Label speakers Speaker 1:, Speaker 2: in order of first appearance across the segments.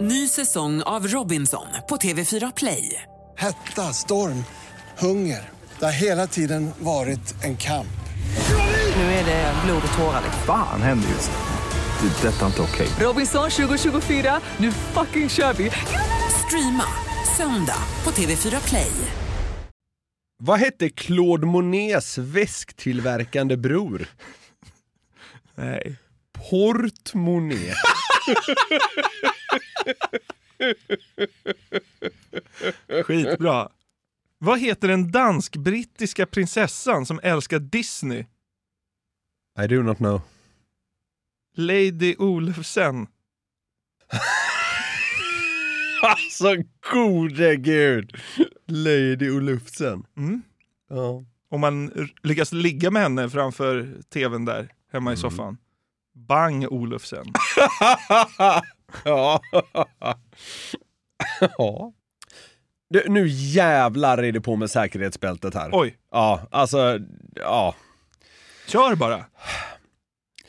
Speaker 1: Ny säsong av Robinson på TV4 Play.
Speaker 2: Hetta, storm, hunger. Det har hela tiden varit en kamp.
Speaker 1: Nu är det blod och tårar. liksom.
Speaker 3: Fan händer just nu. Det. är Detta är inte okej.
Speaker 1: Robinson 2024, nu fucking kör vi! Streama söndag på TV4 Play.
Speaker 4: Vad hette Claude Monets väsktillverkande bror?
Speaker 5: Nej.
Speaker 4: Portmone.
Speaker 5: Skitbra. Vad heter den dansk-brittiska prinsessan som älskar Disney?
Speaker 4: I do not know.
Speaker 5: Lady Olofsen.
Speaker 4: Alltså gode gud! Lady Olufsen.
Speaker 5: Mm.
Speaker 4: Ja.
Speaker 5: Om man r- lyckas ligga med henne framför tvn där hemma i soffan. Bang Olofsen.
Speaker 4: ja. ja. Du, nu jävlar är det på med säkerhetsbältet här.
Speaker 5: Oj,
Speaker 4: Ja, alltså, ja.
Speaker 5: kör bara.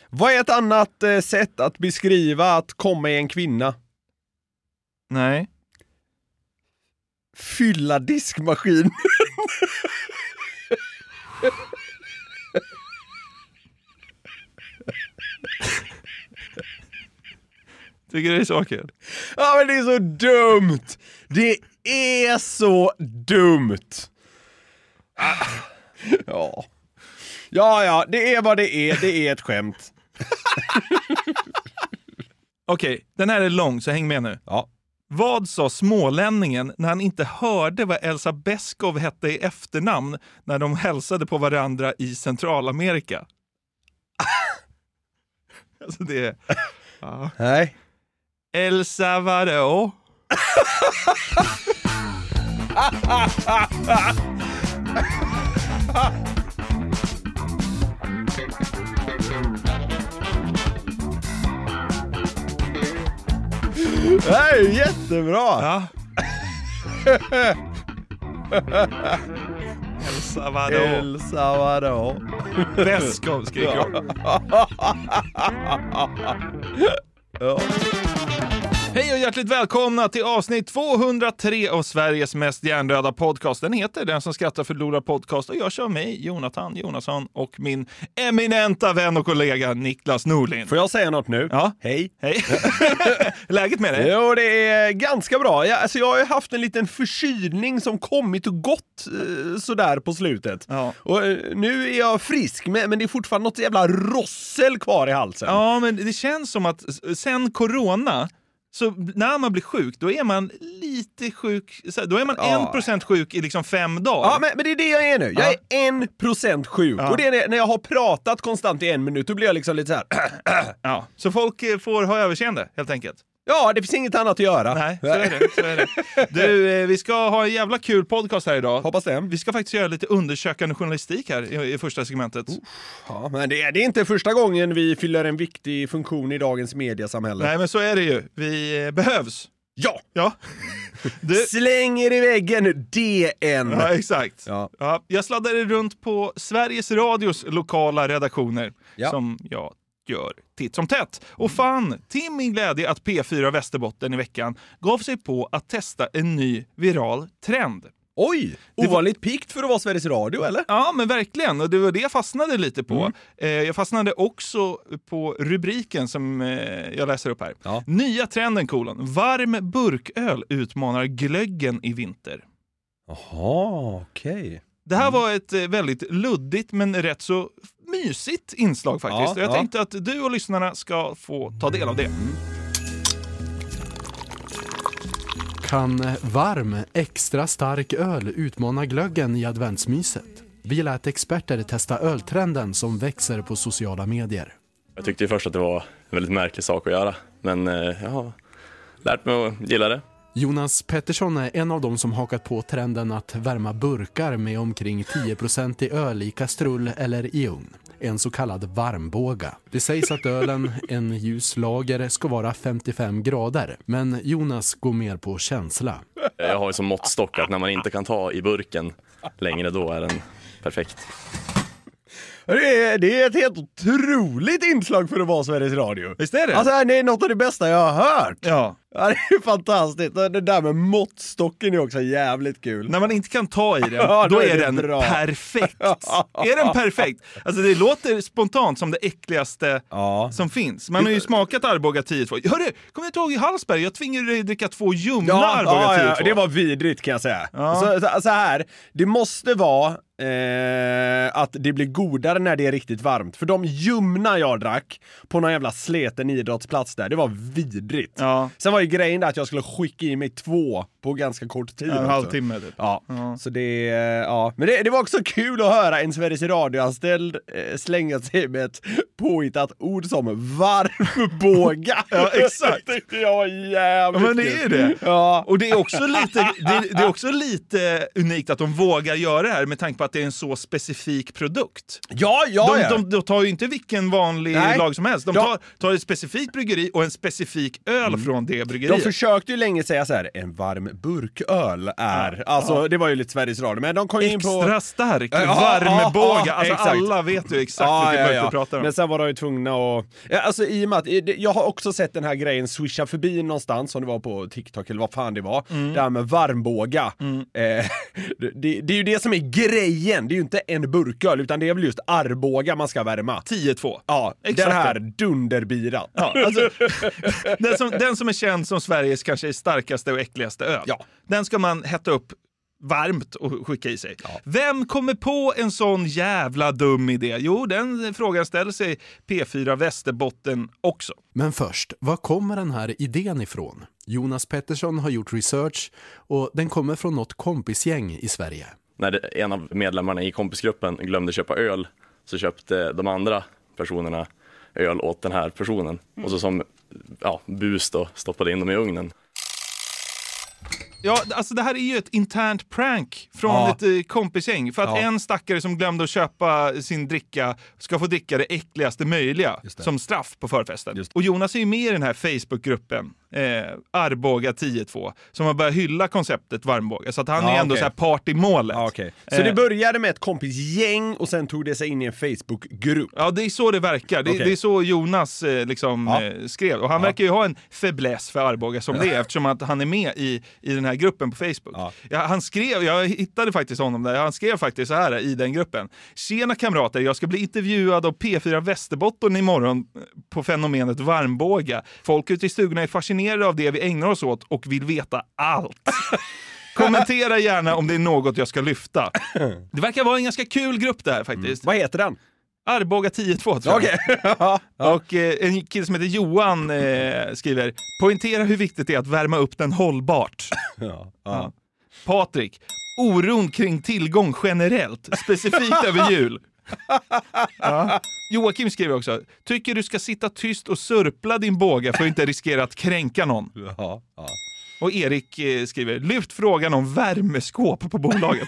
Speaker 4: Vad är ett annat eh, sätt att beskriva att komma i en kvinna?
Speaker 5: Nej.
Speaker 4: Fylla diskmaskin.
Speaker 5: Tycker du det är så kul?
Speaker 4: Ja men det är så dumt! Det är så dumt! Ah. Ja. Ja, ja, det är vad det är. Det är ett skämt.
Speaker 5: Okej, den här är lång så häng med nu.
Speaker 4: Ja.
Speaker 5: Vad sa smålänningen när han inte hörde vad Elsa Beskow hette i efternamn när de hälsade på varandra i Centralamerika? alltså det är
Speaker 4: Nej.
Speaker 5: El Salvador.
Speaker 4: Nej, jättebra!
Speaker 5: Ja. El Salvador.
Speaker 4: El Salvador.
Speaker 5: Beskow skrek jag. Hej och hjärtligt välkomna till avsnitt 203 av Sveriges mest hjärndöda podcast. Den heter Den som skrattar förlorar podcast och jag kör mig, Jonathan Jonasson och min eminenta vän och kollega Niklas Norlind.
Speaker 4: Får jag säga något nu?
Speaker 5: Ja.
Speaker 4: Hej.
Speaker 5: Hej! Läget med dig?
Speaker 4: Jo, det är ganska bra. Jag, alltså, jag har ju haft en liten förkylning som kommit och gått eh, sådär på slutet.
Speaker 5: Ja.
Speaker 4: Och eh, nu är jag frisk, men, men det är fortfarande något jävla rossel kvar i halsen.
Speaker 5: Ja, men det känns som att s- sen corona, så när man blir sjuk, då är man lite sjuk. så här, Då är man
Speaker 4: Ja.
Speaker 5: 1% sjuk i liksom fem dagar.
Speaker 4: Ja, men, men det är det jag är nu. Jag är en procent sjuk. Och det är när- när jag har pratat konstant i en minut, då blir jag liksom lite så här.
Speaker 5: Ja, Så folk eh, får ha överseende, helt enkelt.
Speaker 4: Ja, det finns inget annat att göra.
Speaker 5: Nej, så är det. Så är det. Du, eh, vi ska ha en jävla kul podcast här idag.
Speaker 4: Hoppas det.
Speaker 5: Vi ska faktiskt göra lite undersökande journalistik här i, i första segmentet.
Speaker 4: Ja, men det är, det är inte första gången vi fyller en viktig funktion i dagens mediasamhälle.
Speaker 5: Nej, men så är det ju. Vi eh, behövs.
Speaker 4: Ja!
Speaker 5: Ja. Du,
Speaker 4: Släng er i väggen, DN!
Speaker 5: Ja, exakt.
Speaker 4: Ja.
Speaker 5: Ja. jag sladdade runt på Sveriges Radios lokala redaktioner,
Speaker 4: Ja.
Speaker 5: som jag gör titt som tätt, och fann till min glädje att P4 Västerbotten i veckan gav sig på att testa en ny viral trend.
Speaker 4: Oj! Ovanligt pikt för att vara Sveriges Radio, eller?
Speaker 5: Ja, men verkligen. Och det var det jag fastnade lite på.
Speaker 4: Mm.
Speaker 5: Eh, jag fastnade också på rubriken som eh, jag läser upp här.
Speaker 4: Ja.
Speaker 5: Nya trenden kolon. Varm burköl utmanar glöggen i vinter.
Speaker 4: Jaha, okej.
Speaker 5: Det här
Speaker 4: Mm.
Speaker 5: var ett eh, väldigt luddigt men rätt så mysigt inslag faktiskt.
Speaker 4: Ja,
Speaker 5: jag
Speaker 4: ja.
Speaker 5: tänkte att du och lyssnarna ska få ta del av det.
Speaker 6: Kan varm, extra stark öl utmana glöggen i adventsmyset? Vi lät experter testa öltrenden som växer på sociala medier.
Speaker 7: Jag tyckte ju först att det var en väldigt märklig sak att göra, men eh, jag har lärt mig att gilla det.
Speaker 6: Jonas Pettersson är en av dem som hakat på trenden att värma burkar med omkring 10 i öl i kastrull eller i ugn. En så kallad varmbåga. Det sägs att ölen, en ljus lager, ska vara 55 grader. Men Jonas går mer på känsla.
Speaker 7: Eh, Jag har ju som måttstock att när man inte kan ta i burken längre, då är den perfekt.
Speaker 4: Det är, det är ett helt otroligt inslag för att vara Sveriges Radio.
Speaker 5: Visst är det?
Speaker 4: Alltså, det är något av det bästa jag har hört.
Speaker 5: Ja.
Speaker 4: Ja, det är fantastiskt. Det där med måttstocken är också jävligt kul.
Speaker 5: När man inte kan ta i den,
Speaker 4: Ja,
Speaker 5: då,
Speaker 4: då
Speaker 5: är,
Speaker 4: är det
Speaker 5: den
Speaker 4: bra.
Speaker 5: perfekt. är den perfekt? Alltså det låter spontant som det äckligaste
Speaker 4: Ja.
Speaker 5: som finns. Man har ju smakat Arboga 10-2. Hörru, kommer du inte ihåg i Hallsberg? Jag tvingade dig att dricka två ljumna Arboga 10-2.
Speaker 4: det var vidrigt kan jag säga. Så, så, så här, det måste vara eh, att det blir godare när det är riktigt varmt. För de ljumna jag drack på någon jävla sleten idrottsplats där, det var vidrigt.
Speaker 5: Ja.
Speaker 4: Sen var ju grejen där att jag skulle skicka i mig två på ganska kort tid.
Speaker 5: Ja, en
Speaker 4: också.
Speaker 5: halvtimme typ.
Speaker 4: Ja. Så det, eh, ja. Men det, det var också kul att höra en Sveriges Radio-anställd eh, slänga sig med ett påhittat ord som varmbåga.
Speaker 5: Ja, exakt.
Speaker 4: Det tyckte jag var jävligt
Speaker 5: Ja, men det är
Speaker 4: kul.
Speaker 5: det.
Speaker 4: Ja.
Speaker 5: Och det är, också lite, det, det är också lite unikt att de vågar göra det här med tanke på att det är en så specifik produkt.
Speaker 4: Ja, ja,
Speaker 5: De,
Speaker 4: ja.
Speaker 5: de, de tar ju inte vilken vanlig
Speaker 4: Nej.
Speaker 5: lag som helst. De
Speaker 4: Ja. Mm.
Speaker 5: tar, tar ett specifikt bryggeri och en specifik öl från det
Speaker 4: De
Speaker 5: bryggeriet.
Speaker 4: försökte ju länge säga så här, en varm burköl är... alltså, det var ju lite Sveriges Radio, men de kom in på...
Speaker 5: Extra stark,
Speaker 4: Ja, ja,
Speaker 5: varmbåga.
Speaker 4: ja,
Speaker 5: alltså,
Speaker 4: exakt.
Speaker 5: alla vet ju exakt
Speaker 4: Ja,
Speaker 5: vilken
Speaker 4: ja,
Speaker 5: mörker
Speaker 4: ja.
Speaker 5: du pratar om.
Speaker 4: Men sen var de ju tvungna att... Ja, Alltså i och med att, jag har också sett den här grejen swisha förbi någonstans, om det var på TikTok eller vad fan det var.
Speaker 5: Mm.
Speaker 4: Det här med varmbåga. Eh, det, det, det är ju det som är grejen, det är ju inte en burköl, utan det är väl just Arboga man ska värma.
Speaker 5: 10-2.
Speaker 4: Ja,
Speaker 5: Exakt.
Speaker 4: den här dunderbiran.
Speaker 5: Ja, alltså, den, som, den som är känd som Sveriges kanske starkaste och äckligaste öl,
Speaker 4: Ja.
Speaker 5: den ska man hetta upp varmt och skicka i sig. Vem kommer på en sån jävla dum idé? Jo, den frågan ställer sig P4 Västerbotten också.
Speaker 6: Men först, var kommer den här idén ifrån? Jonas Pettersson har gjort research och den kommer från något kompisgäng i Sverige.
Speaker 7: När det- en av medlemmarna i kompisgruppen glömde köpa öl så köpte de andra personerna öl åt den här personen. Och så som ja, bus då stoppade in dem i ugnen.
Speaker 5: Ja, alltså det här är ju ett internt prank från
Speaker 4: Ja.
Speaker 5: ett eh, kompisgäng. För att en stackare som glömde att köpa sin dricka ska få dricka det äckligaste möjliga som straff på förfesten. Och Jonas är ju med i den här Facebookgruppen, eh, Arboga 10-2, som har börjat hylla konceptet varmbåga. Så att han
Speaker 4: Ja,
Speaker 5: är ändå
Speaker 4: okej.
Speaker 5: så här part i målet.
Speaker 4: Ja, okej. Så
Speaker 5: Eh,
Speaker 4: det började med ett kompisgäng och sen tog det sig in i en Facebookgrupp.
Speaker 5: Ja, det är så det verkar. Det,
Speaker 4: Okej.
Speaker 5: det är så Jonas eh, liksom,
Speaker 4: Ja.
Speaker 5: eh, skrev. Och han verkar ju ha en fäbless för Arboga som det är, eftersom att han är med i, i den här gruppen på Facebook.
Speaker 4: Ja.
Speaker 5: Ja, han skrev, jag hittade faktiskt honom där, han skrev faktiskt så här i den gruppen. Tjena kamrater, jag ska bli intervjuad av P4 Västerbotten imorgon eh, på fenomenet varmbåga. Folk ute i stugorna är fascinerade av det vi ägnar oss åt och vill veta allt. Kommentera gärna om det är något jag ska lyfta. Det verkar vara en ganska kul grupp det här faktiskt.
Speaker 4: Vad heter den?
Speaker 5: Arboga 10-2 tror jag. Och eh, en kille som heter Johan eh, skriver “Poängtera hur viktigt det är att värma upp den hållbart”. Ja. Patrik, oron kring tillgång generellt, specifikt över jul. Ja. Joakim skriver också, tycker du ska sitta tyst och sörpla din båga för att inte riskera att kränka någon.
Speaker 4: Ja, ja.
Speaker 5: Och Erik eh, skriver, lyft frågan om värmeskåp på bolaget.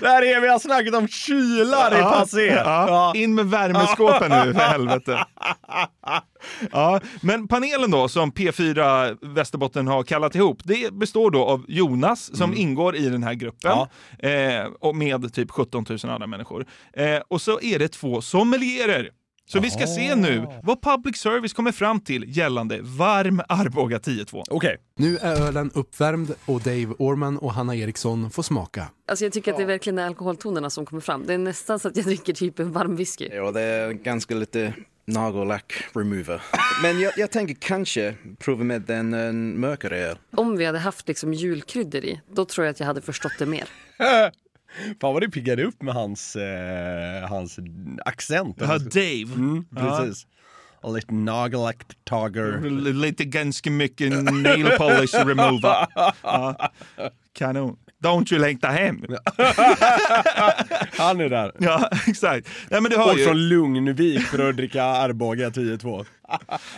Speaker 4: Där är vi, har snackat om kylar i passé.
Speaker 5: Ja. In med värmeskåpen nu, för helvete. Ja. Men panelen då, som P4 Västerbotten har kallat ihop, det består då av Jonas som ingår i den här gruppen eh, och med typ 17 000 andra människor. Eh, och så är det två sommelierer. Så vi ska se nu vad public service kommer fram till gällande varm Arboga 10-2.
Speaker 4: Okej.
Speaker 6: Nu är ölen uppvärmd och Dave Orman och Hanna Eriksson får smaka.
Speaker 8: Alltså jag tycker att det är verkligen alkoholtonerna som kommer fram. Det är nästan så att jag dricker typ en varm whisky.
Speaker 9: Ja, det är ganska lite nagellack remover. Men jag, jag tänker kanske prova med en, en mörkare öl.
Speaker 8: Om vi hade haft liksom julkryddor i, då tror jag att jag hade förstått det mer.
Speaker 4: Fan vad du piggade upp med hans, eh, hans accent.
Speaker 5: Ja, Dave.
Speaker 4: Mm, precis. Och lite nagellack tiger.
Speaker 5: L- Lite ganska mycket nail polish remover. Ja. Kanon. Don't you längta hem?
Speaker 4: Han är där.
Speaker 5: Ja, exakt. Nej, men du hör
Speaker 4: Och
Speaker 5: ju.
Speaker 4: från Lugnvik för att dricka Arboga 10-2.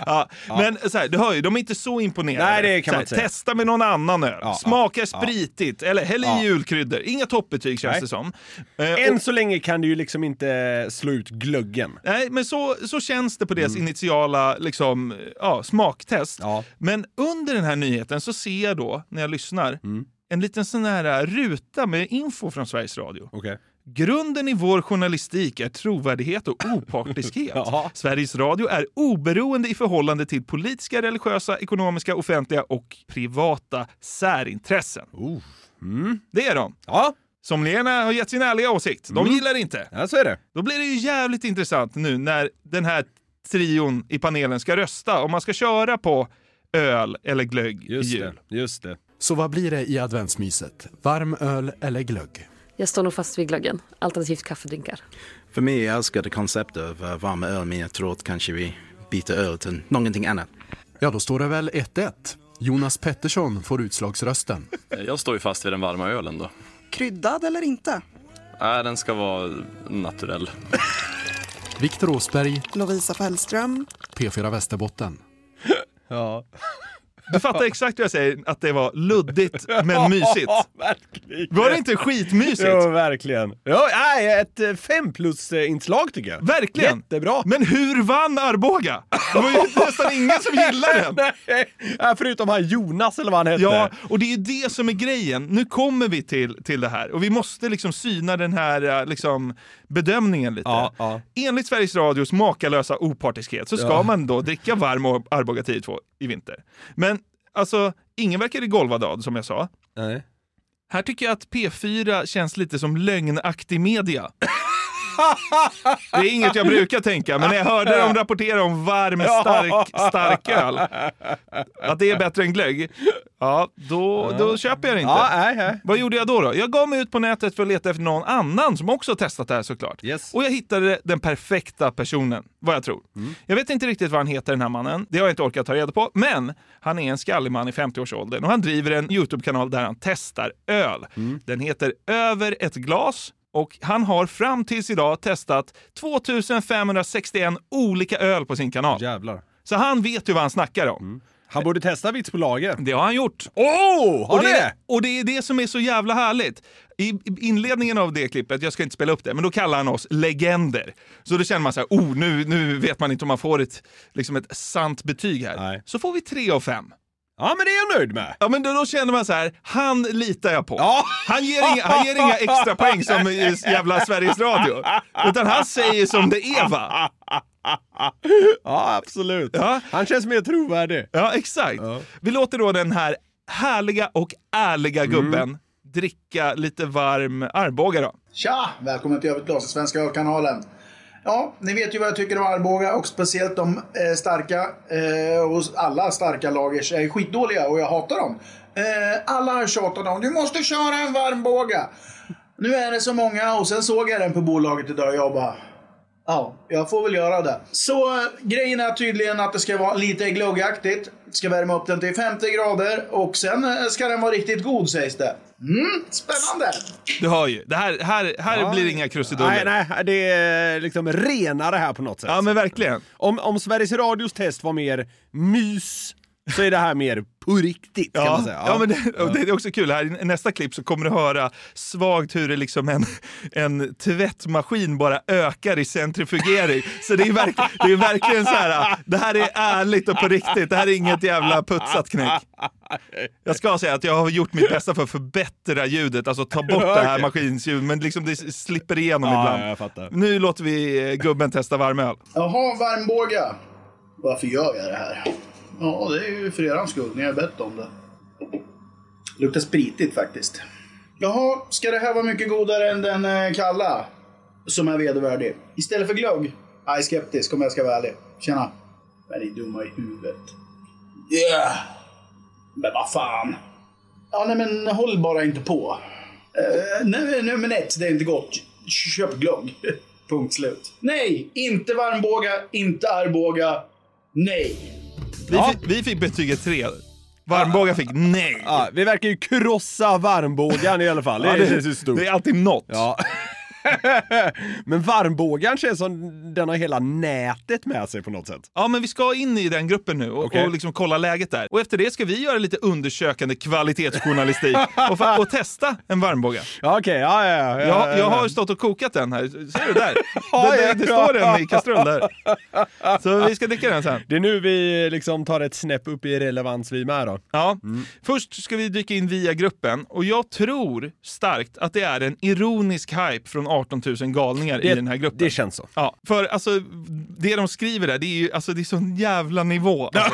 Speaker 5: Ja, men så här, du hör ju, de är inte så imponerade.
Speaker 4: Nej, det kan
Speaker 5: så
Speaker 4: man
Speaker 5: här,
Speaker 4: inte säga.
Speaker 5: Testa med någon annan öl.
Speaker 4: Ja,
Speaker 5: Smaka spritigt, eller häll i julkryddor. Inga toppbetyg känns
Speaker 4: Nej.
Speaker 5: det som. Eh, och-
Speaker 4: Än så länge kan du ju liksom inte slå ut glöggen.
Speaker 5: Nej, men så, så känns det på deras initiala liksom, ja, smaktest.
Speaker 4: Mm. Ja.
Speaker 5: Men under den här nyheten så ser
Speaker 4: Mm.
Speaker 5: jag då, när jag lyssnar, en liten sån här ruta med info från Sveriges Radio.
Speaker 4: Okej.
Speaker 5: Grunden i vår journalistik är trovärdighet och opartiskhet. Sveriges Radio är oberoende i förhållande till politiska, religiösa, ekonomiska, offentliga och privata särintressen. Mm, det är de.
Speaker 4: Ja, Mm.
Speaker 5: Sommelierna har gett sin ärliga åsikt. De gillar det inte.
Speaker 4: ja, så är det.
Speaker 5: Då blir det ju jävligt intressant nu när den här trion i panelen ska rösta om man ska köra på öl eller glögg i
Speaker 4: Just
Speaker 5: jul.
Speaker 4: det. Just det.
Speaker 6: Så vad blir det i adventsmyset? Varm öl eller glögg?
Speaker 8: Jag står nog fast vid glöggen, alternativt kaffedrinkar.
Speaker 9: För mig, jag älskade konceptet av eh, varma öl, men jag tror att kanske vi byter öl till någonting annat.
Speaker 6: Ja, då står det väl 1-1. Jonas Pettersson får utslagsrösten.
Speaker 7: Jag står ju fast vid den varma ölen då.
Speaker 10: Kryddad eller inte?
Speaker 7: Nej, den ska vara naturell.
Speaker 6: Viktor Åsberg,
Speaker 10: Lovisa Fällström.
Speaker 6: P4 Västerbotten.
Speaker 5: Du fattar exakt vad jag säger, att det var luddigt men mysigt.
Speaker 4: Ja, verkligen.
Speaker 5: Var det inte skitmysigt?
Speaker 4: Jo, verkligen. Ja, nej, ett eh, fem plus-inslag tycker jag.
Speaker 5: Verkligen!
Speaker 4: Jättebra.
Speaker 5: Men hur vann Arboga? Det var ju nästan ingen som gillade den.
Speaker 4: Nej, ja, förutom han Jonas eller vad han hette.
Speaker 5: Ja, och det är ju det som är grejen. Nu kommer vi till, till det här och vi måste liksom syna den här eh, liksom, bedömningen lite.
Speaker 4: Ja, ja.
Speaker 5: Enligt Sveriges Radios makalösa opartiskhet så ska man då dricka varm och Arboga 10-2 i vinter. Men alltså, ingen verkar golvadad som jag sa.
Speaker 4: Nej.
Speaker 5: Här tycker jag att P4 känns lite som lögnaktig media. Det är inget jag brukar tänka, men när jag hörde dem rapportera om varm, stark, stark öl, att det är bättre än glögg, ja, då, då köper jag det inte.
Speaker 4: Ja, nej, nej.
Speaker 5: Vad gjorde jag då, då? Jag gav mig ut på nätet för att leta efter någon annan som också testat det här såklart.
Speaker 4: Yes.
Speaker 5: Och jag hittade den perfekta personen, vad jag tror. Jag vet inte riktigt vad han heter den här mannen, det har jag inte orkat ta reda på. Men han är en skallig man i 50-årsåldern och han driver en YouTube-kanal där han testar öl. Den heter Över ett glas. Och han har fram tills idag testat 2561 olika öl på sin kanal.
Speaker 4: Jävlar.
Speaker 5: Så han vet ju vad han snackar om.
Speaker 4: Han borde testa Vits på lager.
Speaker 5: Det har han gjort.
Speaker 4: Oh, har
Speaker 5: Och det,
Speaker 4: det?
Speaker 5: är, och det är det som är så jävla härligt. I i inledningen av det klippet, jag ska inte spela upp det, men då kallar han oss legender. Så då känner man så här, oh, nu, nu vet man inte om man får ett, liksom ett sant betyg här.
Speaker 4: Nej.
Speaker 5: Så får vi tre av fem.
Speaker 4: Ja, men det är jag nöjd med.
Speaker 5: Ja, men då, då känner man så här, han litar jag på.
Speaker 4: Ja.
Speaker 5: Han, ger inga, han ger inga extra poäng som i jävla Sveriges Radio. Utan han säger som det är va?
Speaker 4: Ja, absolut.
Speaker 5: Ja.
Speaker 4: Han känns mer trovärdig.
Speaker 5: Ja, exakt. Vi låter då den här härliga och ärliga
Speaker 4: Mm.
Speaker 5: gubben dricka lite varm Arboga då.
Speaker 11: Tja! Välkommen till Över ett glas i Svenska ölkanalen. Ja, ni vet ju vad jag tycker om Arboga och speciellt de eh, starka. Eh, och alla starka lagers är skitdåliga och jag hatar dem. Eh, alla har tjatat om du måste köra en varmbåga. Nu är det så många och sen såg jag den på bolaget idag och jag bara Ja, jag får väl göra det. Så eh, grejen är tydligen att det ska vara lite glöggaktigt. Ska värma upp den till 50 grader och sen eh, ska den vara riktigt god sägs det. Mm, spännande!
Speaker 5: Du hör ju, det här, här, här blir det inga krusiduller.
Speaker 4: Nej, nej, det är liksom renare här på något sätt.
Speaker 5: Ja men verkligen.
Speaker 4: om, om Sveriges Radios test var mer mys, så är det här mer på riktigt kan man säga.
Speaker 5: ja. men det, och det är också kul, här i nästa klipp så kommer du höra svagt hur det liksom en, en tvättmaskin bara ökar i centrifugering. Så det är, verk, det är verkligen så här, det här är ärligt och på riktigt, det här är inget jävla putsat knäck. Jag ska säga att jag har gjort mitt bästa för att förbättra ljudet, alltså ta bort det här maskinsljud, men liksom det slipper igenom
Speaker 4: Ja,
Speaker 5: ibland.
Speaker 4: ja, jag fattar.
Speaker 5: Nu låter vi eh, gubben testa varmöl.
Speaker 11: Jaha, varmbåga. Varför gör jag det här? Ja, det är ju för eran skull. Ni har bett om det. Luktar spritigt faktiskt. Jaha, ska det här vara mycket godare än den eh, kalla? Som är vedervärdig. Istället för glögg? Jag är skeptisk om jag ska vara ärlig. Tjena. Men ni är dumma i huvudet. Yeah. Men vad fan. Ja, nej men håll bara inte på. Eh, nu- nummer ett, det är inte gott. Köp glögg. Punkt slut. Nej, inte varmbåga, inte Arboga. Nej.
Speaker 5: Vi, fick, vi fick betyget 3. Varmbåga fick nej.
Speaker 4: Ja, vi verkar ju krossa varmbågan i alla fall. Det,
Speaker 5: Ja,
Speaker 4: känns ju stort.
Speaker 5: det är alltid något.
Speaker 4: Ja. men varmbågan känns som den har hela nätet med sig på något sätt.
Speaker 5: Ja, men vi ska in i den gruppen nu och,
Speaker 4: Okej.
Speaker 5: och liksom kolla läget där. Och efter det ska vi göra lite undersökande kvalitetsjournalistik och, fa- och testa en varmbåga.
Speaker 4: Ja, okej. Ja, ja, ja, ja, ja,
Speaker 5: Jag, jag
Speaker 4: ja.
Speaker 5: har stått och kokat den här. Ser du där?
Speaker 4: Ja,
Speaker 5: det, det,
Speaker 4: ja,
Speaker 5: det
Speaker 4: ja.
Speaker 5: står den i kastrull där. Så vi ska dricka den sen.
Speaker 4: Det är nu vi liksom tar ett snäpp upp i relevans vi med då.
Speaker 5: Ja. Först ska vi dyka in via gruppen och jag tror starkt att det är en ironisk hype från 18 000 galningar i
Speaker 4: Det-
Speaker 5: den här gruppen. Det känns
Speaker 4: så.
Speaker 5: Ja, för alltså, det de skriver där, det är ju alltså, det är sån jävla nivå. Alltså.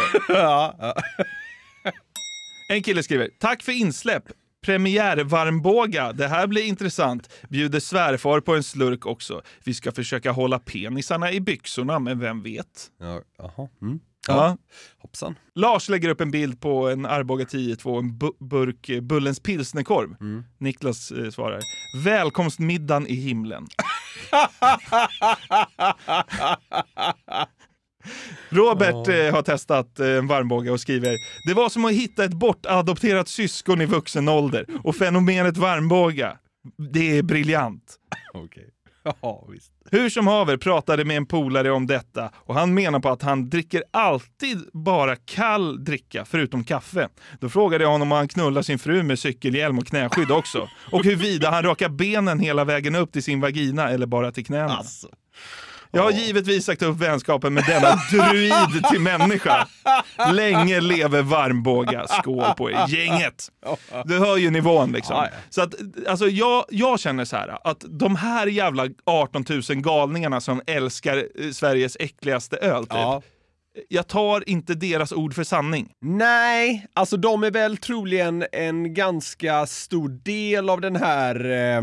Speaker 5: En kille skriver, tack för insläpp. Premiärvarmbåga, det här blir intressant. Bjuder svärfar på en slurk också. Vi ska försöka hålla penisarna i byxorna, men vem vet?
Speaker 4: Ja, jaha. Mm.
Speaker 5: Ja.
Speaker 4: Hoppsan.
Speaker 5: Lars lägger upp en bild på en Arboga 10-2 en bu- burk eh, Bullens pilsnerkorv. Niklas eh, svarar, välkomstmiddagen i himlen. Robert eh, har testat eh, en varmbåge och skriver Det var som att hitta ett bortadopterat syskon i vuxen ålder och fenomenet varmbåga, det är briljant.
Speaker 4: Okej. Ja, visst.
Speaker 5: Hur som haver pratade med en polare om detta och han menar på att han dricker alltid bara kall dricka förutom kaffe. Då frågade jag honom om han knullar sin fru med cykelhjälm och knäskydd också och huruvida han rakar benen hela vägen upp till sin vagina eller bara till knäna. Jag har givetvis sagt upp vänskapen med denna druid till människa. Länge leve varmbåga, skål på er, gänget. Du hör ju nivån liksom. Så att, alltså jag, jag känner så här, att de här jävla 18 000 galningarna som älskar eh, Sveriges äckligaste öl, typ.
Speaker 4: Ja.
Speaker 5: Jag tar inte deras ord för sanning.
Speaker 4: Nej, alltså de är väl troligen en ganska stor del av den här, eh,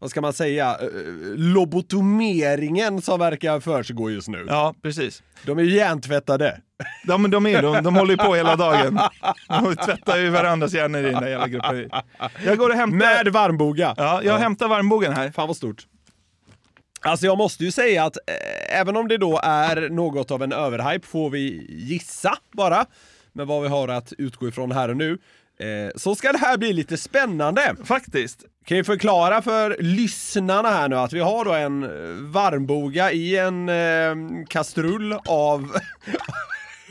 Speaker 4: vad ska man säga, eh, lobotomeringen som verkar försiggå just nu.
Speaker 5: Ja, precis.
Speaker 4: De är ju hjärntvättade.
Speaker 5: Ja, men de är de. De håller ju på hela dagen. De tvättar ju varandras hjärnor i den där jävla gruppen. Jag går och hämtar...
Speaker 4: Med varmboga.
Speaker 5: Ja, jag hämtar varmbogen här.
Speaker 4: Fan vad stort. Alltså jag måste ju säga att eh, även om det då är något av en överhype får vi gissa bara med vad vi har att utgå ifrån här och nu. Eh, så ska det här bli lite spännande.
Speaker 5: Faktiskt.
Speaker 4: Kan ju förklara för lyssnarna här nu att vi har då en eh, varmboga i en eh, kastrull av...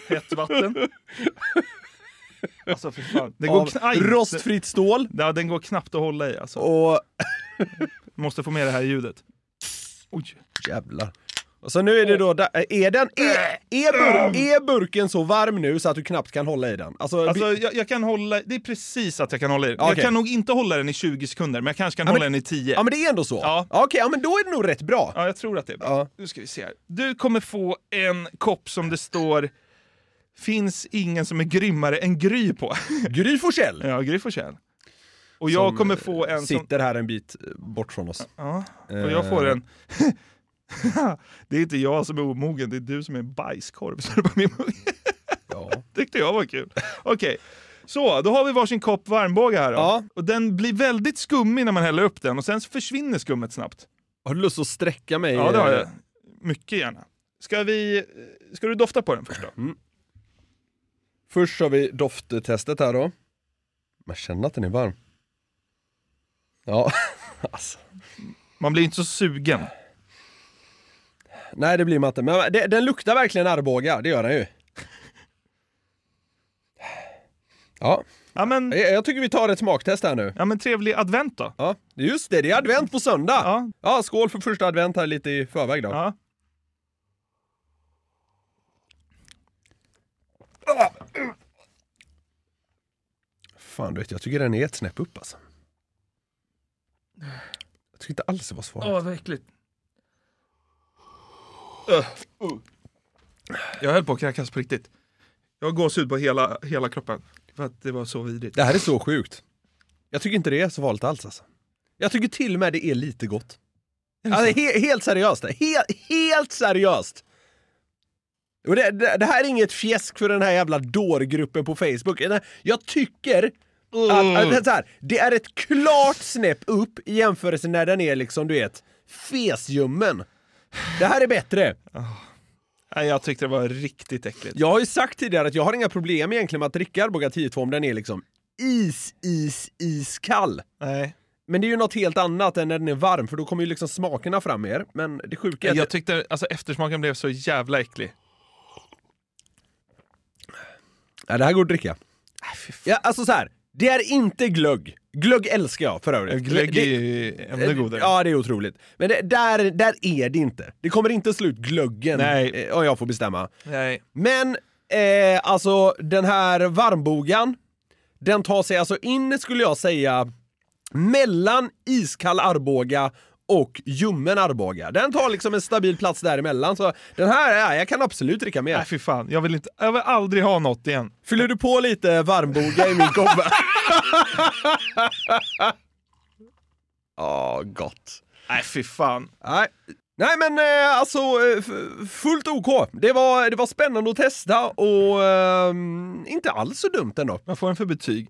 Speaker 5: Hett vatten. Alltså för fan. Det går
Speaker 4: av
Speaker 5: knappt.
Speaker 4: rostfritt stål.
Speaker 5: Ja, den går knappt att hålla i alltså.
Speaker 4: Och
Speaker 5: Måste få med det här ljudet. Oj.
Speaker 4: Jävlar. Och så nu är det då, da- är den, är, är, bur, är burken så varm nu så att du knappt kan hålla i den? Alltså,
Speaker 5: Alltså jag, jag kan hålla, det är precis att jag kan hålla i den. Jag
Speaker 4: Okej.
Speaker 5: kan nog inte hålla den i 20 sekunder, men jag kanske kan
Speaker 4: men-
Speaker 5: hålla den i 10.
Speaker 4: Ja men det är ändå så?
Speaker 5: Ja.
Speaker 4: Okej, ja men då är det nog rätt bra.
Speaker 5: Ja, jag tror att det är bra.
Speaker 4: Ja.
Speaker 5: Nu ska vi se här. Du kommer få en kopp som det står Finns ingen som är grymmare än Gry på.
Speaker 4: Gry Forssell
Speaker 5: Ja, Gry Forssell. Och jag kommer få en som...
Speaker 4: sitter här en bit eh, bort från oss.
Speaker 5: Ja, och jag får en... det är inte jag som är omogen, det är du som är en bajskorv. Så det på min mugg.
Speaker 4: Ja.
Speaker 5: tyckte jag var kul. Okej, så då har vi varsin kopp varmbåga här då.
Speaker 4: Ja.
Speaker 5: Och den blir väldigt skummig när man häller upp den och sen så försvinner skummet snabbt.
Speaker 4: Har du lust att sträcka mig? eh,
Speaker 5: Ja, det har jag. Mycket gärna. Ska vi... eh, Ska du dofta på den först då?
Speaker 4: Först har vi dofttestet här då. Man känner att den är varm. Ja, alltså.
Speaker 5: Man blir inte så sugen.
Speaker 4: Nej det blir man inte, men eh, det, den luktar verkligen Arboga, det gör den ju. Ja,
Speaker 5: Ja men,
Speaker 4: jag jag tycker vi tar ett smaktest här nu.
Speaker 5: ja, men trevlig advent då.
Speaker 4: Ja, just det, det är advent på söndag!
Speaker 5: Ja.
Speaker 4: Ja, skål för första advent här lite i förväg då.
Speaker 5: Ja.
Speaker 4: Fan du vet, jag tycker den är ett snäpp upp alltså. Jag tycker inte alls det var svårt.
Speaker 5: Åh, vad äckligt. Öh, uh. Jag höll på att kräkas på riktigt. Jag har gåshud på hela, hela kroppen. För att det var så vidrigt.
Speaker 4: Det här är så sjukt. Jag tycker inte det är så farligt alls alltså. Jag tycker till och med det är lite gott. Alltså, he- helt seriöst. He- helt seriöst! Och det, det, det här är inget fjäsk för den här jävla dårgruppen på Facebook. Nej, Jag tycker att, att det, är så här, det är ett klart snäpp upp i jämförelse när den är liksom, du vet, fesljummen. Det här är bättre.
Speaker 5: Nej, jag tyckte det var riktigt äckligt.
Speaker 4: Jag har ju sagt tidigare att jag har inga problem egentligen med att dricka Arboga 10-2 om den är liksom is, is, iskall.
Speaker 5: Nej.
Speaker 4: Men det är ju något helt annat än när den är varm, för då kommer ju liksom smakerna fram mer. Men det sjuka är
Speaker 5: Jag
Speaker 4: att
Speaker 5: tyckte alltså eftersmaken blev så jävla äcklig.
Speaker 4: Nej, det här går att dricka. Ja, alltså så här. det är inte glögg. Glögg älskar jag för övrigt.
Speaker 5: Glögg är
Speaker 4: Det-
Speaker 5: ju ännu godare.
Speaker 4: Ja, det är otroligt. Men det, där, där är det inte. Det kommer inte slut glöggen
Speaker 5: Nej.
Speaker 4: eh, om jag får bestämma.
Speaker 5: Nej.
Speaker 4: Men eh, alltså den här varmbogan, den tar sig alltså in skulle jag säga mellan iskall Arboga och ljummen Arboga. Den tar liksom en stabil plats däremellan. Så den här, ja, jag kan absolut dricka mer. Nej,
Speaker 5: fy fan. Jag vill, inte, jag vill aldrig ha något igen.
Speaker 4: Fyller du på lite varmboga i min gobbe? Ja, gott.
Speaker 5: Nej, fy fan.
Speaker 4: Nej. Nej men eh, alltså eh, f- fullt OK. Det var, det var spännande att testa och ehm, inte alls så dumt ändå.
Speaker 5: Vad får den för betyg?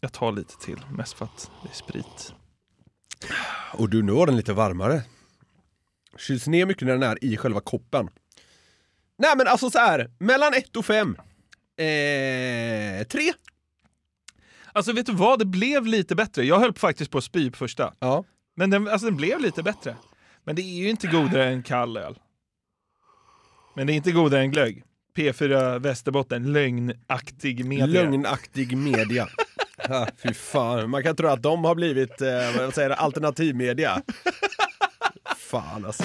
Speaker 5: Jag tar lite till, mest för att det är sprit.
Speaker 4: Och du, nu var den lite varmare. Kyls ner mycket när den är i själva koppen. Nej men alltså så här, mellan 1 och 5. Eh, 3.
Speaker 5: Alltså vet du vad, det blev lite bättre. Jag höll faktiskt på att spy på första.
Speaker 4: Ja.
Speaker 5: Men den, alltså, den blev lite bättre. Men det är ju inte godare än kall öl. Men det är inte godare än glögg. P4 Västerbotten, lögnaktig media.
Speaker 4: Lögnaktig media. Ah, fy fan, man kan tro att de har blivit eh, vad säger det, alternativmedia. fan alltså.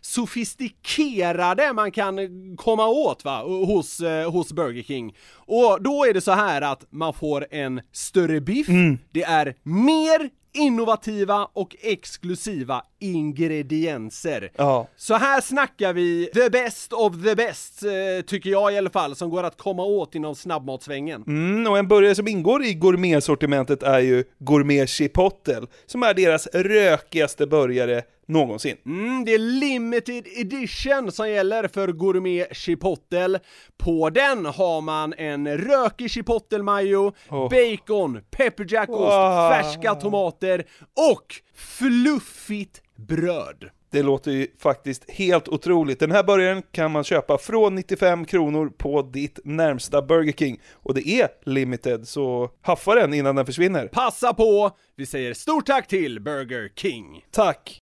Speaker 4: sofistikerade man kan komma åt va, hos, eh, hos Burger King. Och då är det så här att man får en större biff,
Speaker 12: Mm.
Speaker 4: det är mer innovativa och exklusiva ingredienser.
Speaker 12: Ja.
Speaker 4: Så här snackar vi the best of the best, eh, tycker jag i alla fall, som går att komma åt inom snabbmatsvängen.
Speaker 12: Mm, och en burgare som ingår i gourmetsortimentet är ju Gourmet Chipotle, som är deras rökigaste burgare någonsin.
Speaker 4: Mm, det är limited edition som gäller för gourmet chipotle. På den har man en rökig chipotle-majo, bacon, pepperjackost,
Speaker 12: Oh. Wow.
Speaker 4: färska tomater och fluffigt bröd.
Speaker 12: Det låter ju faktiskt helt otroligt. Den här burgaren kan man köpa från 95 kronor på ditt närmsta Burger King. Och det är limited, så haffa den innan den försvinner.
Speaker 4: Passa på! Vi säger stort tack till Burger King.
Speaker 12: Tack!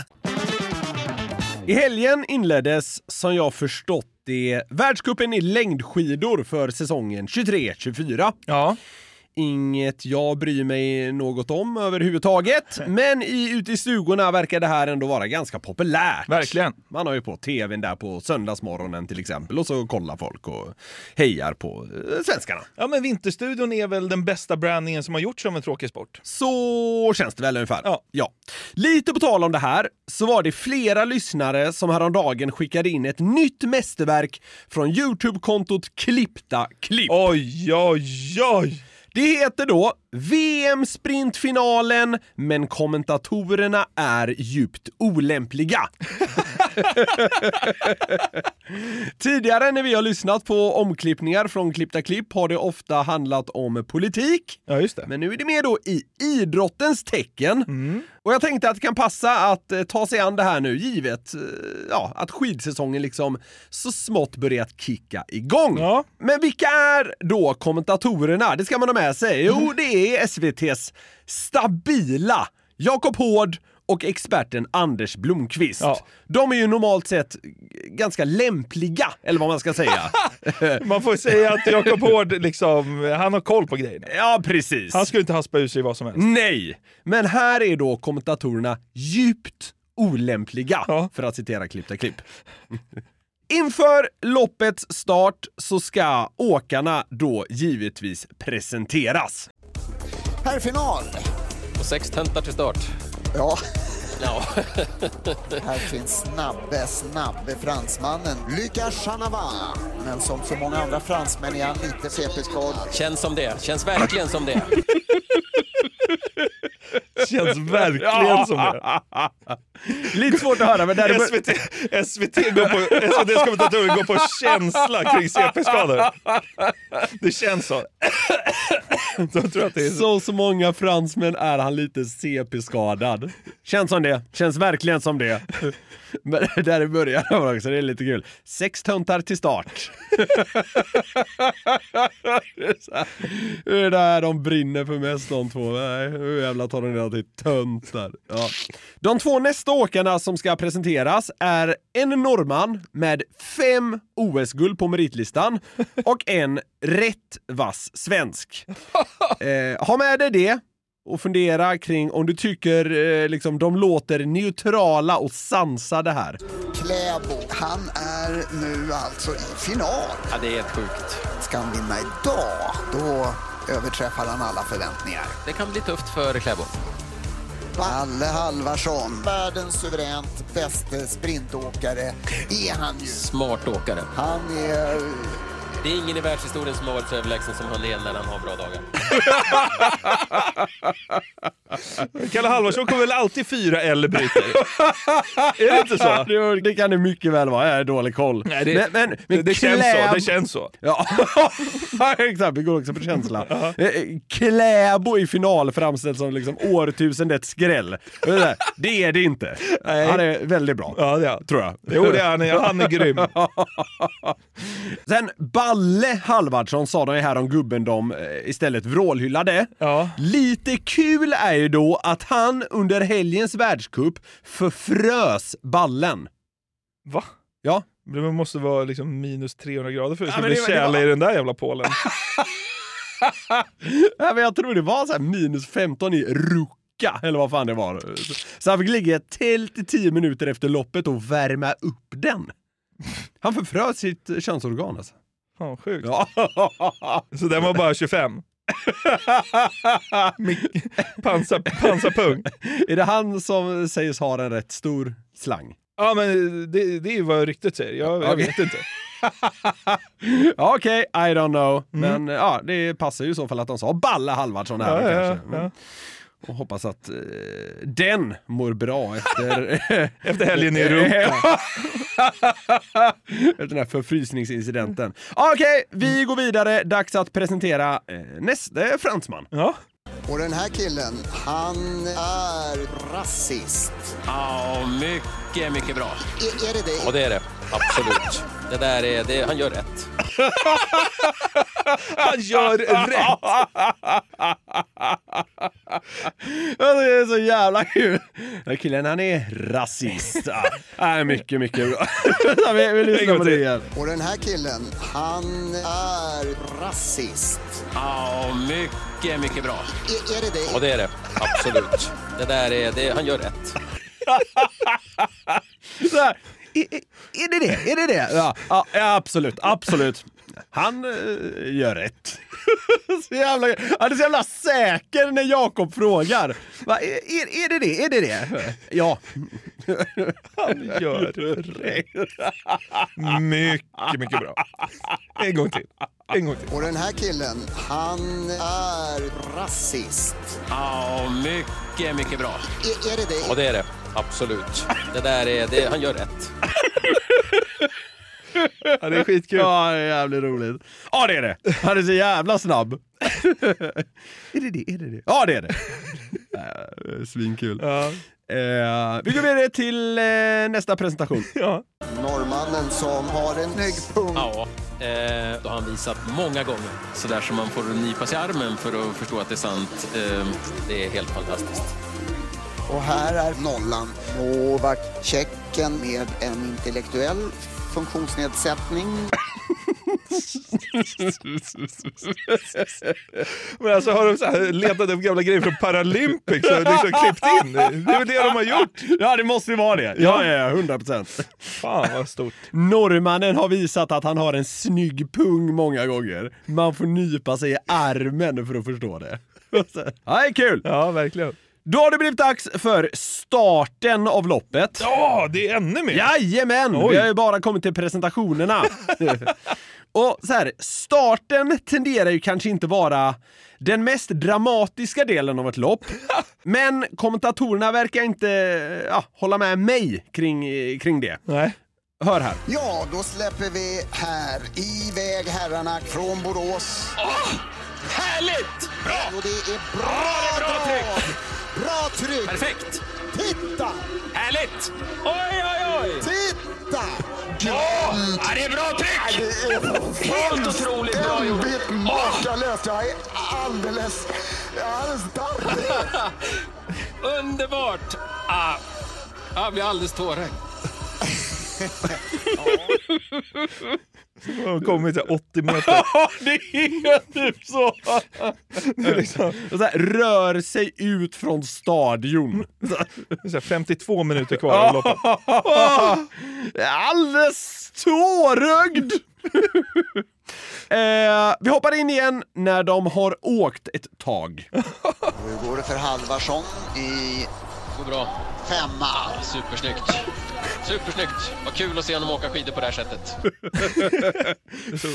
Speaker 4: I helgen inleddes, som jag förstått det, världscupen i längdskidor för säsongen 23-24.
Speaker 5: Ja.
Speaker 4: Inget jag bryr mig något om överhuvudtaget, men i, ute i stugorna verkar det här ändå vara ganska populärt.
Speaker 5: Verkligen.
Speaker 4: Man har ju på tvn där på söndagsmorgonen till exempel, och så kollar folk och hejar på eh, svenskarna.
Speaker 5: Ja, men Vinterstudion är väl den bästa brandingen som har gjorts om en tråkig sport.
Speaker 4: Så känns det väl ungefär. Ja. Lite på tal om det här, så var det flera lyssnare som häromdagen skickade in ett nytt mästerverk från Youtube-kontot Klippta klipp.
Speaker 5: Oj, oj, oj!
Speaker 4: Det heter då VM-sprintfinalen, men kommentatorerna är djupt olämpliga. Tidigare när vi har lyssnat på omklippningar från Klippta klipp har det ofta handlat om politik.
Speaker 5: Ja, just det.
Speaker 4: Men nu är det mer då i idrottens tecken. Och jag tänkte att det kan passa att eh, ta sig an det här nu, givet eh, ja, att skidsäsongen liksom så smått börjat kicka igång. Men vilka är då kommentatorerna? Det ska man ha med sig. Jo, det är SVTs stabila Jakob Hård och experten Anders Blomqvist.
Speaker 5: Ja.
Speaker 4: De är ju normalt sett ganska lämpliga, eller vad man ska säga.
Speaker 5: Man får säga att Jakob Hård, liksom, han har koll på grejerna.
Speaker 4: Ja, precis.
Speaker 5: Han skulle inte haspa ur sig vad som helst.
Speaker 4: Nej! Men här är då kommentatorerna djupt olämpliga, för att citera klippta klipp. Inför loppets start så ska åkarna då givetvis presenteras.
Speaker 13: Här är final.
Speaker 14: Och sex töntar till start.
Speaker 13: Ja.
Speaker 14: Ja.
Speaker 13: Här finns snabbe, snabbe fransmannen Lucas Chanavin. Men som så många andra fransmän är han lite cp
Speaker 14: Känns som det. Känns verkligen som det.
Speaker 5: Känns verkligen som det.
Speaker 4: Lite svårt att höra, men däremot...
Speaker 5: SVT, SVT går på, SVTs kommentatorer går på känsla kring CP-skador. Det känns så.
Speaker 4: så. Så många fransmän är han lite CP-skadad. Känns som det. Känns verkligen som det. Men där i början var det också, det är lite kul. Sex töntar till start. Det är så här, Hur är det här de brinner för mest de två? Nej, hur jävla tar de reda till töntar? Ja. De två nästa åkarna som ska presenteras är en norrman med fem OS-guld på meritlistan och en rätt vass svensk. Eh, ha med dig det och fundera kring om du tycker eh, liksom, de låter neutrala och sansade här.
Speaker 13: Kläbo, han är nu alltså i final.
Speaker 1: Ja, det är helt sjukt.
Speaker 13: Ska han vinna idag, då överträffar han alla förväntningar.
Speaker 1: Det kan bli tufft för Kläbo.
Speaker 13: Valle Halvarsson, världens suveränt bäste sprintåkare, är han ju.
Speaker 1: Smart åkare.
Speaker 13: Han är...
Speaker 1: Det är ingen i världshistorien som har varit så överlägsen som han är när han har bra dagar.
Speaker 5: Kalle Halvarsson kommer väl alltid fyra eller bryter? Är det inte så?
Speaker 4: Det, det kan det mycket väl vara, jag har dålig koll.
Speaker 5: Nej, det-
Speaker 4: men, men, men
Speaker 5: det- det känns
Speaker 4: Kläb-
Speaker 5: så, det känns så.
Speaker 4: Ja, Ja, exakt. Vi går också på känsla. Eh, eh, Kläbo i final framställs som liksom årtusendets skräll. Det där, Det är det inte. Han är väldigt bra.
Speaker 5: Ja, det är han.
Speaker 4: Tror jag.
Speaker 5: Jo, det är han. Han är grym.
Speaker 4: Sen Balle Halvardsson sa de ju här om gubben de eh, istället vrålhyllade. Lite kul är ju då att han under helgens världscup förfrös ballen.
Speaker 5: Va?
Speaker 4: Ja.
Speaker 5: Men det måste vara liksom minus 300 grader för
Speaker 4: Ja,
Speaker 5: att det ska
Speaker 4: men
Speaker 5: bli
Speaker 4: det var- det
Speaker 5: tjäle
Speaker 4: var-
Speaker 5: i den där jävla pålen.
Speaker 4: Nej, men jag tror det var så här minus 15 i Ruka, eller vad fan det var. Så han fick ligga i ett tält i 10 minuter efter loppet och värma upp den. Han förfrös sitt könsorgan alltså.
Speaker 5: Fan sjukt.
Speaker 4: Ja.
Speaker 5: Så den var bara 25? Mik- Pansar, pansarpung?
Speaker 4: Är det han som sägs ha en rätt stor slang?
Speaker 5: Ja men det, det är ju vad ryktet säger, jag, jag
Speaker 4: Okej.
Speaker 5: vet inte.
Speaker 4: Ja, Okej, I don't know. Men eh, ja, det passar ju i så fall att de sa Balle Halvardsson här
Speaker 5: Mm. Ja, ja,
Speaker 4: kanske.
Speaker 5: ja.
Speaker 4: Mm. Och hoppas att eh, den mår bra efter...
Speaker 5: Efter helgen i Europa.
Speaker 4: efter den här förfrysningsincidenten. Okej, vi går vidare. Dags att presentera eh, nästa fransman.
Speaker 5: Ja.
Speaker 13: Och den här killen, han är rasist. E,
Speaker 1: Ja, mycket, mycket bra.
Speaker 13: Är, är det det?
Speaker 1: Och det är det. Absolut. Det där är, det, han gör rätt.
Speaker 5: Han gör rätt!
Speaker 4: Alltså, det är så jävla kul. Den här killen, han är rasist. Ah, är mycket, mycket bra. Så vi, vi lyssnar på det igen.
Speaker 13: Och den här killen, han är rasist. E,
Speaker 1: Ja, mycket, mycket bra.
Speaker 13: Är, är det det?
Speaker 1: Och det är det. Absolut. Det där är, det, han gör rätt.
Speaker 4: Så här, är, är- är det det? Är det det? Ja, ja absolut, absolut. Han eh, gör rätt. så jävla, han är så jävla säker när Jakob frågar. Va, är, är, är det det? Är det det? Ja.
Speaker 5: Han gör
Speaker 4: rätt.
Speaker 5: Mycket, mycket bra. En gång till. En gång till.
Speaker 13: Och den här killen, han är rasist. E,
Speaker 1: Ja, mycket, mycket bra.
Speaker 13: Är, är det det?
Speaker 1: Och det är det. Absolut. Det där är, det, han gör rätt.
Speaker 4: Ja, det är skitkul. Ja, det är jävligt roligt. Ja, det är det. Han är så jävla snabb. är det det? Är det det? Ja, det är det. Eh, Svinkul. Eh, vi går vidare till eh, nästa presentation.
Speaker 5: ja.
Speaker 13: Norrmannen som har en snygg pung.
Speaker 1: Ja, eh, då har han visat många gånger. Så där som man får nypa sig i armen för att förstå att det är sant. Eh, det är helt fantastiskt.
Speaker 13: Och här är nollan. Novak Tjecken med en intellektuell funktionsnedsättning.
Speaker 5: Men alltså har de så här letat upp gamla grejer från Paralympics och liksom klippt in? Det är väl det de har gjort?
Speaker 4: Ja, det måste ju vara det. Ja, ja, ja, 100 procent.
Speaker 5: Fan vad stort.
Speaker 4: Norrmannen har visat att han har en snygg pung många gånger. Man får nypa sig i armen för att förstå det. Ja, det är kul!
Speaker 5: Ja, verkligen.
Speaker 4: Då har det blivit dags för starten av loppet.
Speaker 5: Ja, det är ännu mer!
Speaker 4: Jajamän!
Speaker 5: Oj.
Speaker 4: Vi har ju bara kommit till presentationerna. Och så här, starten tenderar ju kanske inte vara den mest dramatiska delen av ett lopp. Men kommentatorerna verkar inte ja, hålla med mig kring, kring det.
Speaker 5: Nej.
Speaker 4: Hör här.
Speaker 13: Ja, då släpper vi här iväg herrarna från Borås. härligt! Bra! Och det är bra bra tryck! Bra tryck! Perfekt! Titta! Härligt! Oj, oj, oj! Titta! Åh, det är bra tryck! Det är helt otroligt bra gjort! makalöst! Jag är alldeles... Jag är alldeles darrig.
Speaker 14: Underbart! Ah. Jag blir alldeles tårögd.
Speaker 5: De har kommit så här 80 meter.
Speaker 4: det är typ så!
Speaker 5: liksom-
Speaker 4: Och så här, rör sig ut från stadion.
Speaker 5: Så här 52 minuter kvar av loppet.
Speaker 4: Ah, jag är Alldeles tårögd! eh, vi hoppar in igen när de har åkt ett tag.
Speaker 13: Hur går det för Halvarsson i...
Speaker 14: Går bra.
Speaker 13: Femma.
Speaker 14: Supersnyggt. Supersnyggt. Vad kul att se honom åka skidor på det här sättet.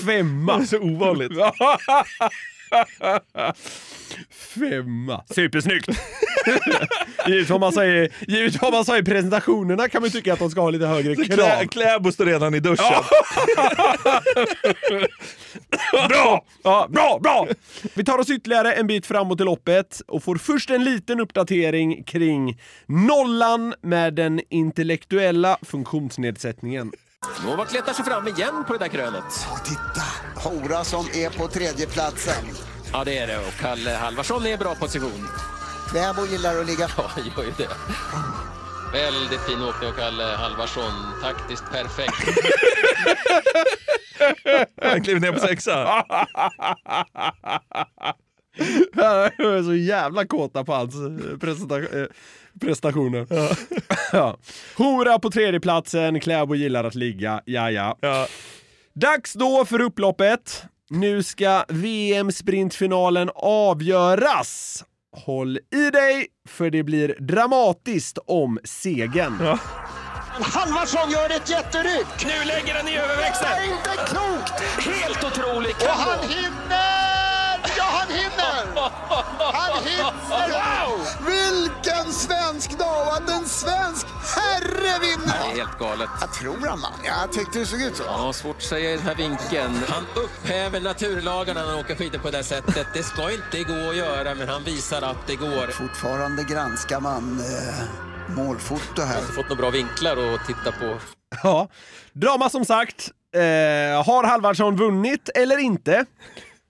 Speaker 4: Femma!
Speaker 5: Det är så ovanligt.
Speaker 4: Femma. Supersnyggt! givet, vad man säger, givet vad man sa i presentationerna kan man ju tycka att de ska ha lite högre krav.
Speaker 5: Klä, Kläbo står redan i duschen.
Speaker 4: bra! Ja, bra, bra! Vi tar oss ytterligare en bit framåt i loppet och får först en liten uppdatering kring nollan med den intellektuella funktionsnedsättningen.
Speaker 14: Novak letar sig fram igen på det där krönet.
Speaker 13: Hora som är på tredje platsen.
Speaker 14: Ja, det är det. Och Kalle Halvarsson är i bra position.
Speaker 13: Kläbo gillar att ligga
Speaker 14: Ja, gör ju det. Väldigt fin åkning av Kalle Halvarsson. Taktiskt perfekt.
Speaker 5: Han klev ner på sexa.
Speaker 4: Jag är så jävla kåta på hans eh, presenta- eh, prestationer. Ja. Hora på tredjeplatsen, Kläbo gillar att ligga, ja, ja. Dags då för upploppet. Nu ska VM-sprintfinalen avgöras. Håll i dig, för det blir dramatiskt om segern.
Speaker 13: Halvarsson gör ett jätteryck! Nu lägger han i överväxeln! Det är inte klokt! Helt otroligt! Och han hinner! Ja, han hinner! Han hinner!
Speaker 14: Wow!
Speaker 13: Vilken svensk dag! Och Att en svensk herre
Speaker 14: Det
Speaker 13: vinner!
Speaker 14: är helt galet.
Speaker 13: Jag tror han vann. Jag tyckte det såg ut så.
Speaker 14: Ja, svårt att säga i den här vinkeln. Han upphäver naturlagarna när han åker skidor på det här sättet. Det ska inte gå att göra, men han visar att det går.
Speaker 15: Fortfarande granskar man eh, målfoto här.
Speaker 14: Inte fått några bra vinklar att titta på.
Speaker 4: Ja, drama som sagt. Eh, har Halvarsson vunnit eller inte?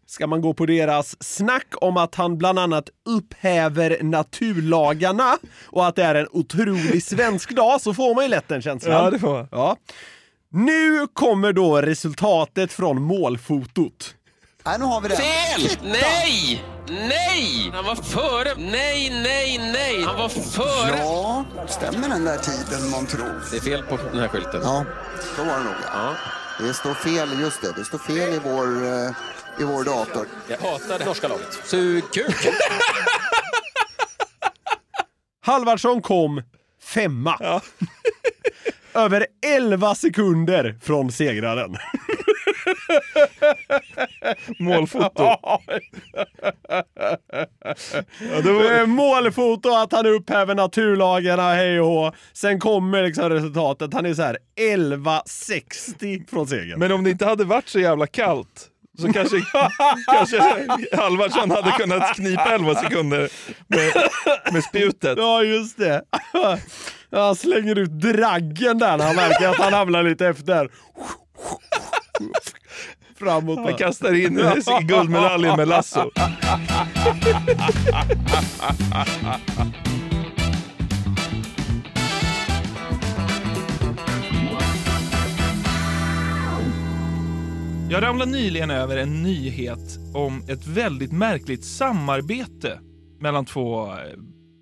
Speaker 4: Ska man gå på deras snack om att han bland annat upphäver naturlagarna och att det är en otrolig svensk dag så får man ju lätt den känslan.
Speaker 5: Ja, det får man.
Speaker 4: Ja. Nu kommer då resultatet från målfotot.
Speaker 13: Nej, nu har vi det.
Speaker 14: Fel! Nej! Nej! Han var före. Nej, nej, nej. Han var före.
Speaker 15: Ja, stämmer den där tiden man tror?
Speaker 14: Det är fel på den här skylten.
Speaker 15: Ja, så var det nog. Ja.
Speaker 13: Det står fel, just det. Det står fel i vår, eh, i vår dator.
Speaker 14: Jag hatar det norska laget. Sug kuk!
Speaker 4: Halvarsson kom femma. Över 11 sekunder från segraren.
Speaker 5: Målfoto.
Speaker 4: Ja, det var... Eh, Målfoto att han upphäver naturlagarna, hej och hå. Sen kommer liksom resultatet. Han är så här 11.60 från segern.
Speaker 5: Men om det inte hade varit så jävla kallt så kanske, kanske Halvarsson hade kunnat knipa 11 sekunder med, med spjutet.
Speaker 4: Ja, just det. Han slänger ut draggen där när han märker att han hamnar lite efter. Framåt.
Speaker 5: Han kastar in guldmedaljen med lasso. Jag ramlade nyligen över en nyhet om ett väldigt märkligt samarbete mellan två eh,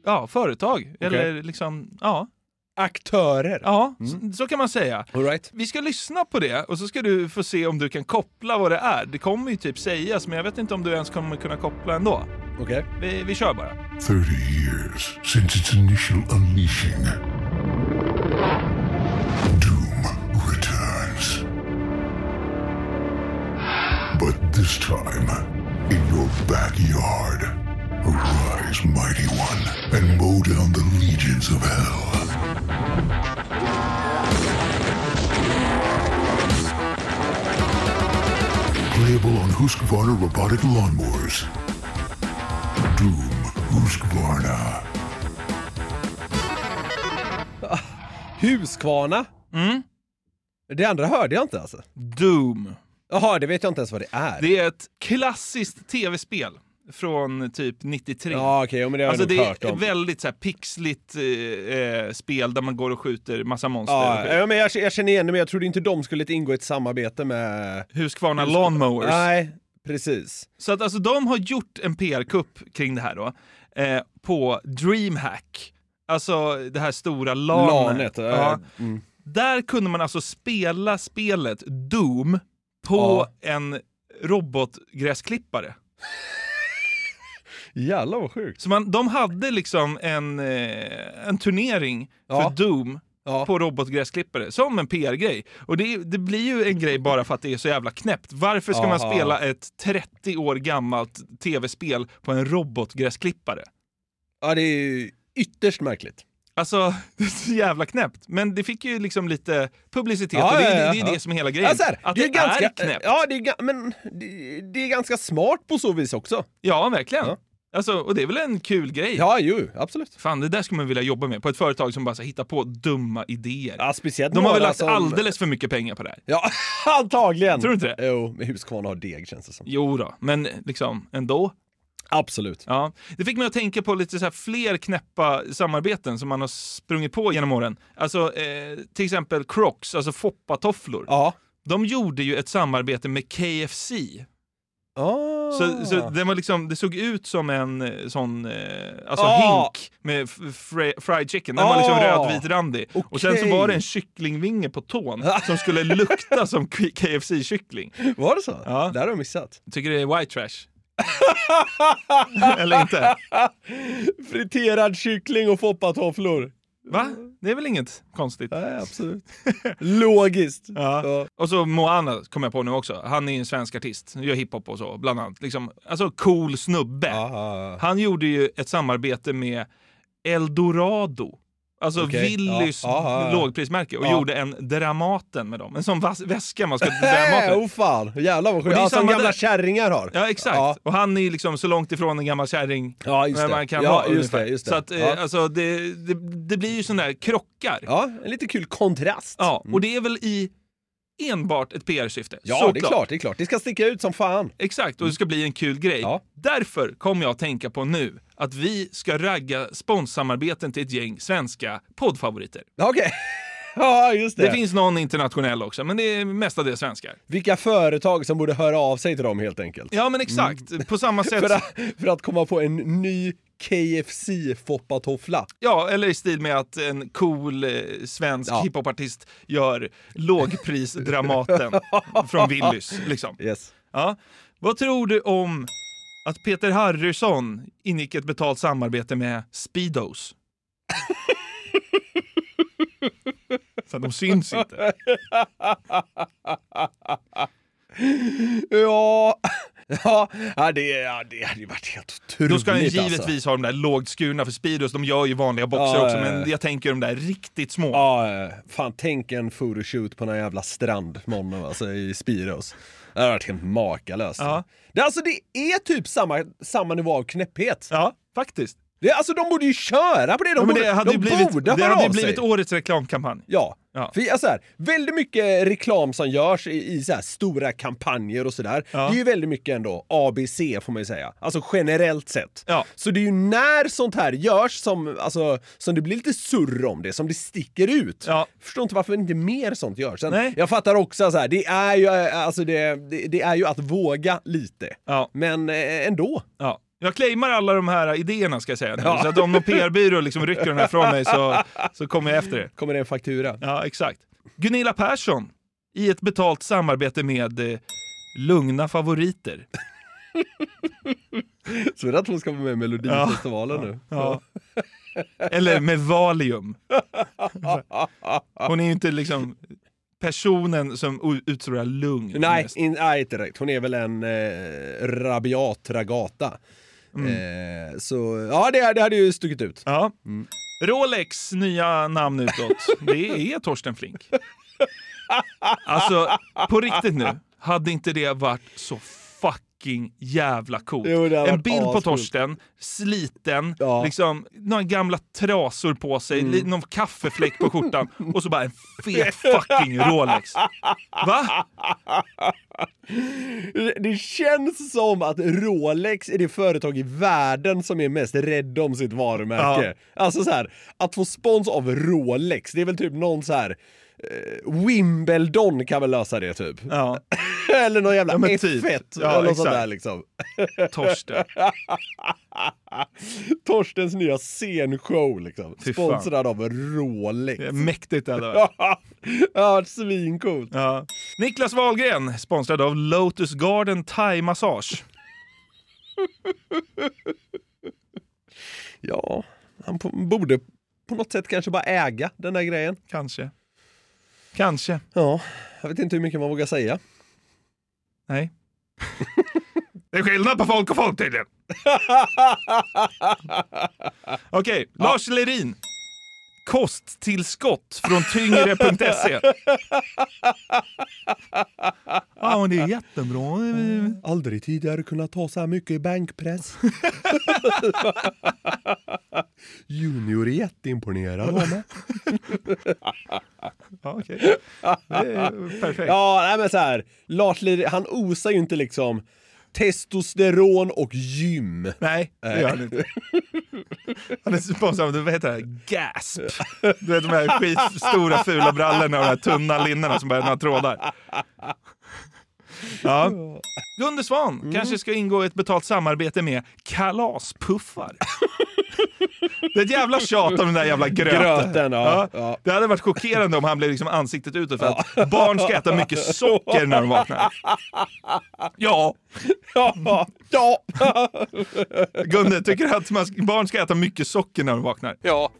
Speaker 5: ja, företag. Eller liksom, ja.
Speaker 4: Aktörer.
Speaker 5: Ja, så, så kan man säga.
Speaker 4: All right.
Speaker 5: Vi ska lyssna på det och så ska du få se om du kan koppla vad det är. Det kommer ju typ sägas, men jag vet inte om du ens kommer kunna koppla ändå.
Speaker 4: Okej.
Speaker 5: Vi, vi kör bara.
Speaker 16: 30 years since its initial unleashing. Doom returns. this time in your backyard. Arise, mighty one, and mow down the legions of hell. Playable on Husqvarna robotic lawnmowers. Doom Husqvarna.
Speaker 4: Huskvarna?
Speaker 5: Mm.
Speaker 4: Det andra hörde jag inte alltså.
Speaker 5: Doom.
Speaker 4: Jaha, det vet jag inte ens vad det är.
Speaker 5: Det är ett klassiskt tv-spel från typ 93.
Speaker 4: Ja, okej, jo, men det har jag
Speaker 5: alltså,
Speaker 4: nog
Speaker 5: det
Speaker 4: hört
Speaker 5: är
Speaker 4: om.
Speaker 5: ett väldigt så här, pixligt eh, eh, spel där man går och skjuter massa monster. och
Speaker 4: Ja,
Speaker 5: skit.
Speaker 4: ja, men jag, jag känner igen det, men jag trodde inte de skulle ingå i ett samarbete med...
Speaker 5: Husqvarna Lawnmowers.
Speaker 4: Nej, precis.
Speaker 5: Så att alltså de har gjort en PR-kupp kring det här då, eh, på DreamHack. Alltså det här stora LAN.
Speaker 4: Lanet, eh,
Speaker 5: Ja.
Speaker 4: mm.
Speaker 5: Där kunde man alltså spela spelet Doom på en robotgräsklippare.
Speaker 4: Jävlar vad sjukt.
Speaker 5: Så man, de hade liksom en, eh, en turnering
Speaker 4: Ja.
Speaker 5: för Doom på robotgräsklippare, som en PR-grej. Och det, det blir ju en grej bara för att det är så jävla knäppt. Varför ska man
Speaker 4: Aha.
Speaker 5: spela ett 30 år gammalt tv-spel på en robotgräsklippare?
Speaker 4: Ja, det är ju ytterst märkligt.
Speaker 5: Alltså, det är så jävla knäppt. Men det fick ju liksom lite publicitet
Speaker 4: Ja,
Speaker 5: och det,
Speaker 4: ja,
Speaker 5: är- det,
Speaker 4: ja,
Speaker 5: det är
Speaker 4: ja.
Speaker 5: det som är hela grejen.
Speaker 4: Ja, så här,
Speaker 5: att det,
Speaker 4: det är ganska- eh,
Speaker 5: är knäppt.
Speaker 4: Ja, det är, ga- men det, det är ganska smart på så vis också.
Speaker 5: Ja, verkligen. Alltså, och det är väl en kul grej?
Speaker 4: Ja, ju, absolut.
Speaker 5: Fan, det där skulle man vilja jobba med på ett företag som bara så här, hittar på dumma idéer.
Speaker 4: Ja, speciellt
Speaker 5: De har väl
Speaker 4: några
Speaker 5: lagt
Speaker 4: som-
Speaker 5: alldeles för mycket pengar på det här.
Speaker 4: Ja, antagligen.
Speaker 5: Tror du inte det?
Speaker 4: Jo, men Husqvarna har deg känns det som.
Speaker 5: Jo då, men liksom ändå.
Speaker 4: Absolut.
Speaker 5: Ja. Det fick mig att tänka på lite så här fler knäppa samarbeten som man har sprungit på genom åren. Alltså eh, till exempel Crocs, alltså foppatofflor.
Speaker 4: Ja.
Speaker 5: De gjorde ju ett samarbete med KFC.
Speaker 4: Ah.
Speaker 5: Så, så den var liksom, det såg ut som en eh, sån eh, alltså
Speaker 4: Ah.
Speaker 5: hink med f- fri- fried chicken. Den var
Speaker 4: Ah.
Speaker 5: liksom rödvit randig. Och sen så
Speaker 4: Okej.
Speaker 5: var det en kycklingvinge på tån som skulle lukta som K- KFC-kyckling.
Speaker 4: Var det så? Ja. Det har jag missat.
Speaker 5: Tycker det är white trash? Eller inte?
Speaker 4: Friterad kyckling och foppatofflor.
Speaker 5: Va? Det är väl inget konstigt?
Speaker 4: Nej, absolut. Logiskt.
Speaker 5: Ja. Och så Moana kom jag på nu också. Han är ju en svensk artist, gör hiphop och så bland annat. Liksom, alltså cool snubbe.
Speaker 4: Ah.
Speaker 5: Han gjorde ju ett samarbete med Eldorado. Alltså
Speaker 4: Okej,
Speaker 5: Willys
Speaker 4: ja, ja, ja.
Speaker 5: lågprismärke och
Speaker 4: Ja.
Speaker 5: gjorde en Dramaten med dem. En sån vas- väska man ska till
Speaker 4: Nej,
Speaker 5: Dramaten.
Speaker 4: oh fan. Jävlar vad
Speaker 5: Och
Speaker 4: sjukt.
Speaker 5: det är
Speaker 4: Ja, som
Speaker 5: samma
Speaker 4: gamla
Speaker 5: där.
Speaker 4: kärringar har.
Speaker 5: Ja, exakt. Och han är ju liksom så långt ifrån en gammal kärring
Speaker 4: Ja, just
Speaker 5: när
Speaker 4: det.
Speaker 5: man kan
Speaker 4: Ja,
Speaker 5: vara.
Speaker 4: just
Speaker 5: ungefär.
Speaker 4: det, just det.
Speaker 5: Så att, eh,
Speaker 4: Ja.
Speaker 5: alltså, det, det, det blir ju sådana där krockar.
Speaker 4: Ja, en lite kul kontrast. Mm.
Speaker 5: Ja, och det är väl i enbart ett PR-syfte.
Speaker 4: Ja, det är
Speaker 5: såklart.
Speaker 4: klart, Mm. det är klart. Det ska sticka ut som fan.
Speaker 5: Exakt, och det ska bli en kul grej. Därför kom jag att tänka på nu att vi ska ragga sponssamarbeten till ett gäng svenska poddfavoriter.
Speaker 4: Okej. Ja, just
Speaker 5: Det.
Speaker 4: det.
Speaker 5: finns någon internationell också, men det är mestadels svenskar.
Speaker 4: Vilka företag som borde höra av sig till dem helt enkelt.
Speaker 5: Ja, men exakt. På samma sätt...
Speaker 4: Mm. för, att, för att komma på en ny KFC-foppatoffla.
Speaker 5: Ja, eller i stil med att en cool eh, svensk
Speaker 4: Ja.
Speaker 5: hiphopartist gör lågprisdramaten från Willys. Liksom. Ja. Vad tror du om att Peter Harrison ingick ett betalt samarbete med Speedos? Så att de syns inte.
Speaker 4: ja. Ja, ja, det, ja, det hade ju varit helt otroligt
Speaker 5: Då ska han givetvis
Speaker 4: alltså.
Speaker 5: ha de där lågt skurna för Speedos. De gör ju vanliga boxar
Speaker 4: Ja,
Speaker 5: också,
Speaker 4: ja, ja.
Speaker 5: men jag tänker de där riktigt små.
Speaker 4: Ja, eh, fan tänk en photoshoot på någon jävla strand med honom alltså, i Spiros. Det hade varit helt makalöst.
Speaker 5: Ja.
Speaker 4: Det, alltså det är typ samma, samma nivå av knäpphet.
Speaker 5: Ja, faktiskt.
Speaker 4: Det, alltså de borde ju köra på det, de
Speaker 5: Ja, men
Speaker 4: borde,
Speaker 5: det hade
Speaker 4: de
Speaker 5: ju blivit,
Speaker 4: borde
Speaker 5: det
Speaker 4: höra
Speaker 5: hade ju
Speaker 4: av
Speaker 5: blivit
Speaker 4: sig.
Speaker 5: årets reklamkampanj.
Speaker 4: Ja.
Speaker 5: Ja.
Speaker 4: För, alltså här, väldigt mycket reklam som görs i, i så här stora kampanjer och sådär. Det är ju väldigt mycket ändå ABC får man ju säga. Alltså generellt sett. Så det är ju när sånt här görs som, alltså, som det blir lite surr om det, som det sticker ut. Förstår inte varför inte mer sånt görs. Sen,
Speaker 5: Nej.
Speaker 4: Jag fattar också så här, det är ju, eh, alltså det, det, det är ju att våga lite. Men eh, ändå.
Speaker 5: Ja. Jag claimar alla de här idéerna ska jag säga. nu.
Speaker 4: Ja.
Speaker 5: Så att om någon PR-byrå liksom rycker den här från mig så, så kommer jag efter det.
Speaker 4: Kommer det en faktura?
Speaker 5: Ja, exakt. Gunilla Persson i ett betalt samarbete med eh, Lugna favoriter.
Speaker 4: Så är det att hon ska vara med i Melodifestivalen nu?
Speaker 5: Ja. Eller med Valium. Hon är ju inte liksom personen som u- utstrålar lugn.
Speaker 4: Nej, in, nej, inte direkt. Hon är väl en eh, rabiat ragata.
Speaker 5: Mm.
Speaker 4: Eh, så ja, det, det hade ju stuckit ut.
Speaker 5: Ja.
Speaker 4: Mm.
Speaker 5: Rolex nya namn utåt, det är Torsten Flink. Alltså, på riktigt nu, hade inte det varit så fucking jävla coolt?
Speaker 4: Jo, det hade
Speaker 5: en
Speaker 4: varit
Speaker 5: bild på
Speaker 4: ascoolt.
Speaker 5: Torsten, sliten, liksom, några gamla trasor på sig,
Speaker 4: Mm.
Speaker 5: li- någon kaffefläck på skjortan och så bara en fet fucking Rolex. Va?
Speaker 4: Det- Det känns som att Rolex är det företag i världen som är mest rädd om sitt varumärke. Alltså så här, att få spons av Rolex, det är väl typ någon så här eh, Wimbledon kan väl lösa det typ. eller någon jävla
Speaker 5: Ja, men typ.
Speaker 4: F1
Speaker 5: Ja,
Speaker 4: eller något sånt
Speaker 5: exakt.
Speaker 4: där liksom.
Speaker 5: Torsten.
Speaker 4: Torstens nya scenshow liksom.
Speaker 5: Fy fan.
Speaker 4: Sponsrad av Rolex.
Speaker 5: Det är mäktigt, eller?
Speaker 4: Ja, det har varit svincoolt.
Speaker 5: Ja. Niklas Wahlgren, sponsrad av Lotus Garden Thai Massage.
Speaker 4: Ja, han på, borde på något sätt kanske bara äga den där grejen.
Speaker 5: Kanske. Kanske.
Speaker 4: Ja, jag vet inte hur mycket man vågar säga.
Speaker 5: Nej. Det är skillnad på folk och folk tydligen. Okej, Lars Lerin. Kosttillskott från tyngre.se. Ja, men det är jättebra.
Speaker 4: Aldrig tidigare kunnat ta så här mycket i bänkpress. Junior är jätteimponerad av mig.
Speaker 5: Ja, okej. Det är perfekt.
Speaker 4: Ja, nej men så här. Lars Lerin, han osar ju inte liksom testosteron och gym.
Speaker 5: Nej, det gör han inte. Han är sponsrad av, vad heter det? här? Gasp. Du vet de här skitstora fula brallorna och de här tunna linnena som bara är några trådar. Ja. Gunde Svan
Speaker 4: Mm.
Speaker 5: kanske ska ingå i ett betalt samarbete med Kalaspuffar. Det är ett jävla tjat om den där jävla gröten.
Speaker 4: Gröten, ja.
Speaker 5: Det hade varit chockerande om han blev liksom ansiktet utåt för att barn ska äta mycket socker när de vaknar. Ja.
Speaker 4: Ja. ja.
Speaker 5: Gunde, tycker du att man, barn ska äta mycket socker när de vaknar?
Speaker 14: Ja.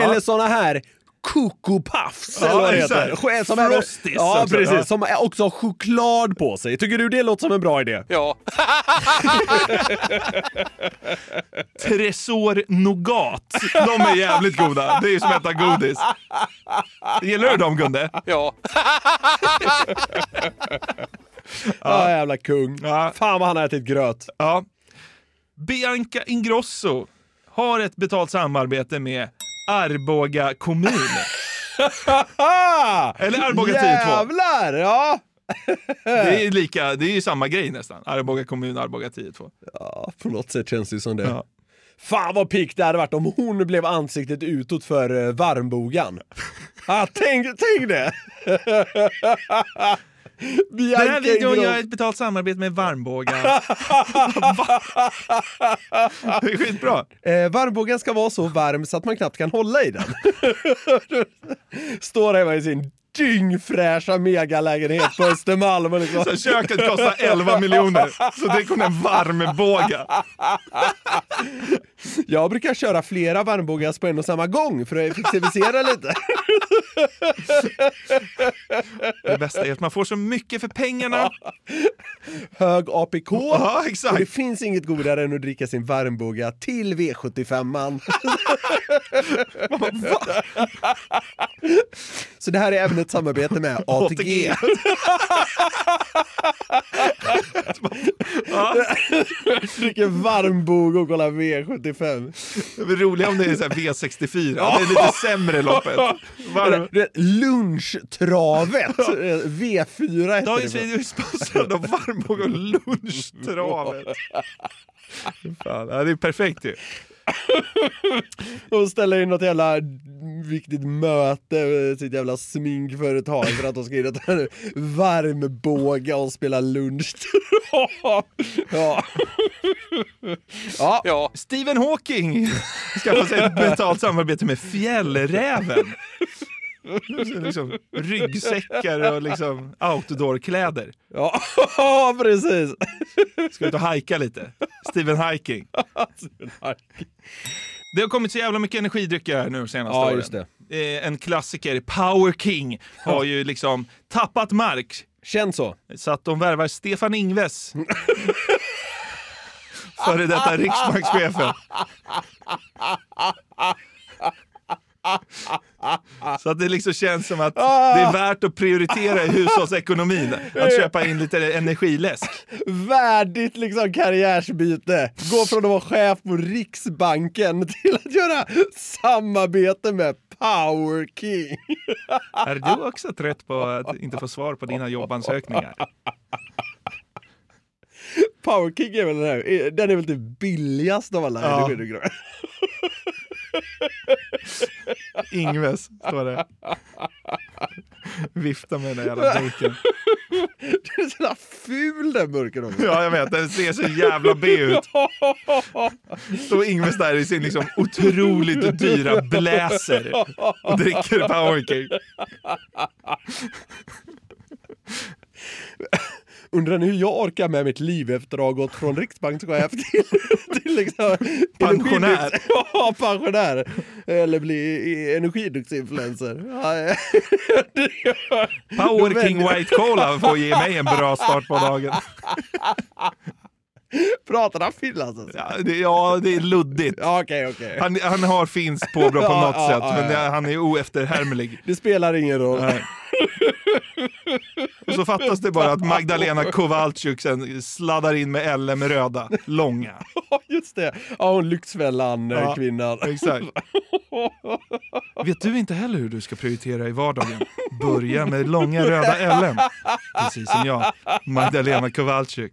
Speaker 4: Eller såna här Coco Puffs
Speaker 5: Ja,
Speaker 4: eller vad det
Speaker 5: exakt.
Speaker 4: heter. Sk- Som är,
Speaker 5: Frosties
Speaker 4: ja,
Speaker 5: också,
Speaker 4: precis.
Speaker 5: ja.
Speaker 4: Som är- också har choklad på sig. Tycker du det låter som en bra idé?
Speaker 14: Ja.
Speaker 5: Tresor Nougat. De är jävligt goda. Det är ju som att äta godis. Gillar du dem, Gunde?
Speaker 14: Ja.
Speaker 4: Ja, jävla kung. Fan vad han har ätit gröt.
Speaker 5: Ja. Bianca Ingrosso har ett betalt samarbete med Arboga kommun. Eller Arboga 10-2.
Speaker 4: Jävlar! Ja.
Speaker 5: Det är, lika, det är ju samma grej nästan. Arboga kommun, Arboga 10-2.
Speaker 4: ja, på något sätt känns det ju som det. Fan vad pick det hade varit om hon blev ansiktet utåt för eh, varmbogan. ah, tänk, tänk det!
Speaker 5: Den här
Speaker 4: Bianca
Speaker 5: videon
Speaker 4: Ingrosso.
Speaker 5: gör ett betalt samarbete med Varmboga. Va? det är skitbra.
Speaker 4: Eh, varmbågen ska vara så varm så att man knappt kan hålla i den. Står hemma i sin dyngfräscha megalägenhet på Östermalm. och Liksom.
Speaker 5: Så köket kostar 11 miljoner, så det kom en varmbåga.
Speaker 4: Jag brukar köra flera varmbågar på en och samma gång för att effektivisera lite.
Speaker 5: Det bästa är att man får så mycket för pengarna.
Speaker 4: Hög APK.
Speaker 5: Ja, exakt.
Speaker 4: Och det finns inget godare än att dricka sin varmbåga till V75an. Så det här är även ett samarbete med ATG. Dricker varmbog och kollar V75.
Speaker 5: Det är roligt om det är så här V64, det är lite sämre loppet. Varm.
Speaker 4: Du vet, Lunchtravet, eh, V4 heter
Speaker 5: Dagens video
Speaker 4: det.
Speaker 5: är sponsrad av Varmbåga och Lunchtravet. Fan, ja, det är perfekt ju.
Speaker 4: De ställer in något jävla viktigt möte med sitt jävla sminkföretag för att de ska in och ta en varmbåga och spela lunchtrav. Ja. Ja.
Speaker 5: Stephen Hawking skaffar sig ett betalt samarbete med Fjällräven. Liksom, ryggsäckar och liksom outdoorkläder.
Speaker 4: Ja, precis.
Speaker 5: Ska ut och hajka lite. Stephen Hiking. Det har kommit så jävla mycket energidrycker här nu senaste
Speaker 4: Ja,
Speaker 5: åren.
Speaker 4: just det.
Speaker 5: Eh, en klassiker, Power King, har ju liksom tappat mark.
Speaker 4: Känns så.
Speaker 5: Så att de värvar Stefan Ingves. Före detta riksbankschefen. Så att det liksom känns som att det
Speaker 4: Ah.
Speaker 5: är värt att prioritera i hushållsekonomin. Att köpa in lite energiläsk.
Speaker 4: Värdigt liksom karriärsbyte. Gå från att vara chef på Riksbanken till att göra samarbete med Power King.
Speaker 5: Är du också trött på att inte få svar på dina jobbansökningar?
Speaker 4: Power King är väl den här, den är väl typ billigast av alla
Speaker 5: Ja.
Speaker 4: energidrycker.
Speaker 5: Ingves, står det. Vifta med den där jävla burken.
Speaker 4: Den är så jävla ful den burken också.
Speaker 5: Ja, jag vet. Den ser så jävla B ut. Står Ingves där i sin liksom otroligt dyra blazer och dricker Power King.
Speaker 4: Undrar ni hur jag orkar med mitt liv efter att ha gått från riksbankschef till, till liksom
Speaker 5: Pensionär.
Speaker 4: Ja, pensionär. Eller bli energidrycksinfluencer. Ja, Då
Speaker 5: Power King
Speaker 4: väljer-
Speaker 5: White Cola får ge mig en bra start på dagen.
Speaker 4: Pratar han finlandssvenska?
Speaker 5: Ja, det, ja, det är luddigt.
Speaker 4: Okej, okej.
Speaker 5: Han, han har finskt påbrå på
Speaker 4: Ja,
Speaker 5: något
Speaker 4: ja,
Speaker 5: sätt,
Speaker 4: ja,
Speaker 5: men det,
Speaker 4: ja.
Speaker 5: han är oefterhärmlig.
Speaker 4: Det spelar ingen roll.
Speaker 5: Och så fattas det bara att Magdalena Kowalczyk sen sladdar in med LM-röda, långa.
Speaker 4: Just det. Ja, hon eh,
Speaker 5: Ja,
Speaker 4: Lyxfällan-kvinnan.
Speaker 5: exakt. Vet du inte heller hur du ska prioritera i vardagen? Börja med långa röda LM. Precis som jag, Magdalena Kowalczyk.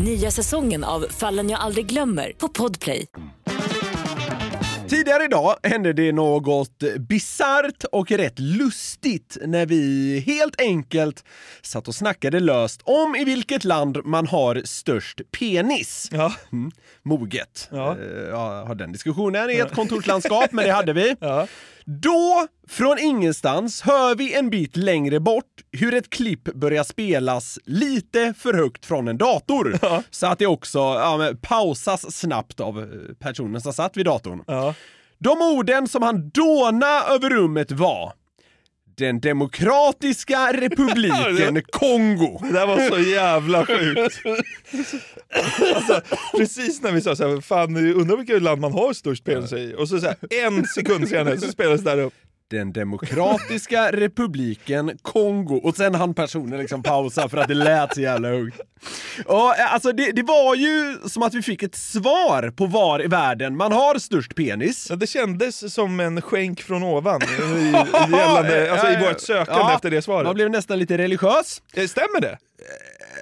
Speaker 17: Nya säsongen av Fallen jag aldrig glömmer på Podplay.
Speaker 4: Tidigare idag hände det något bisarrt och rätt lustigt när vi helt enkelt satt och snackade löst om i vilket land man har störst penis. Mm. Moget. Eh, Ja. Jag har den diskussionen i ett kontorslandskap, men det hade vi. Då, från ingenstans, hör vi en bit längre bort hur ett klipp börjar spelas lite för högt från en dator. Så att det också ja, men, pausas snabbt av eh, personen som satt vid datorn. De orden som han dåna över rummet var den demokratiska republiken Kongo.
Speaker 5: Det där var så jävla sjukt. Alltså, precis när vi sa så här, fan undrar vilket land man har störst penis i. Och så, så här, en sekund senare så spelades det här upp.
Speaker 4: Den demokratiska republiken Kongo. Och sen han personen liksom pausa för att det lät så jävla högt. Ja, alltså det, det var ju som att vi fick ett svar på var i världen man har störst penis.
Speaker 5: Ja, det kändes som en skänk från ovan i, gällande, alltså, i vårt sökande
Speaker 4: eh, Ja,
Speaker 5: efter det svaret. Eh,
Speaker 4: Man blev nästan lite religiös.
Speaker 5: Stämmer det?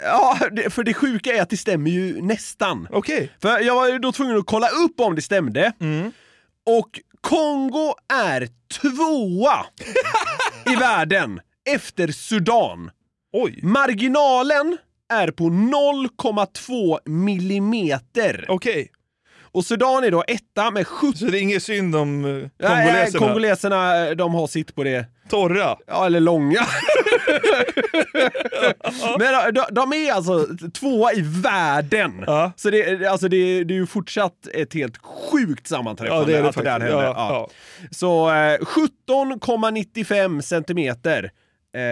Speaker 4: Ja, det, för det sjuka är att det stämmer ju nästan.
Speaker 5: Okej.
Speaker 4: För jag var ju då tvungen att kolla upp om det stämde.
Speaker 5: Mm.
Speaker 4: Och Kongo är tvåa i världen efter Sudan.
Speaker 5: Oj.
Speaker 4: Marginalen är på 0,2 millimeter.
Speaker 5: Okej.
Speaker 4: Och Sudan är då etta med 70...
Speaker 5: Så det är ingen synd om eh,
Speaker 4: Nej,
Speaker 5: kongoleserna?
Speaker 4: kongoleserna eh, de har sitt på det.
Speaker 5: Torra?
Speaker 4: Ja, eller långa. Men eh, de, de är alltså tvåa i världen. Så det, alltså det, det är ju fortsatt ett helt sjukt sammanträffande
Speaker 5: Ja, det är det
Speaker 4: att det där
Speaker 5: faktiskt.
Speaker 4: hände.
Speaker 5: Ja,
Speaker 4: Ja. Så eh, 17,95 centimeter eh,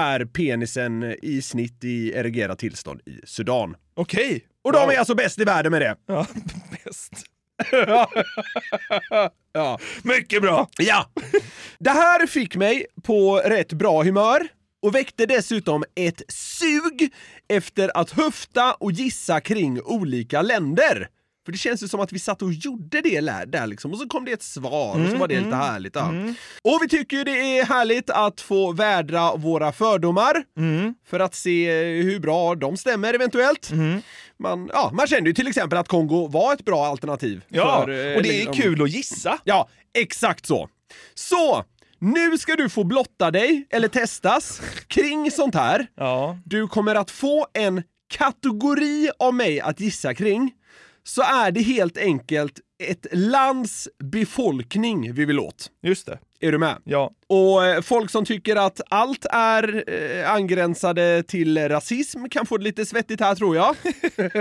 Speaker 4: är penisen i snitt i erigerat tillstånd i Sudan.
Speaker 5: Okej.
Speaker 4: Och de är alltså bäst i världen med det.
Speaker 5: Ja, bäst.
Speaker 4: ja.
Speaker 5: Mycket bra!
Speaker 4: Ja! Det här fick mig på rätt bra humör och väckte dessutom ett sug efter att höfta och gissa kring olika länder. För det känns ju som att vi satt och gjorde det lä- där liksom. Och så kom det ett svar och så
Speaker 5: Mm,
Speaker 4: var det
Speaker 5: mm,
Speaker 4: lite härligt. Ja.
Speaker 5: mm.
Speaker 4: Och vi tycker ju det är härligt att få vädra våra fördomar
Speaker 5: Mm.
Speaker 4: för att se hur bra de stämmer eventuellt.
Speaker 5: Mm.
Speaker 4: Man, ja, man kände ju till exempel att Kongo var ett bra alternativ.
Speaker 5: Ja,
Speaker 4: för, eh,
Speaker 5: och det är
Speaker 4: liksom-
Speaker 5: kul att gissa.
Speaker 4: Ja, exakt så. Så, nu ska du få blotta dig, eller testas, kring sånt här. Du kommer att få en kategori av mig att gissa kring. Så är det helt enkelt ett lands befolkning vi vill åt.
Speaker 5: Just det.
Speaker 4: Är du med?
Speaker 5: Ja.
Speaker 4: Och eh, folk som tycker att allt är eh, angränsade till rasism kan få det lite svettigt här tror jag.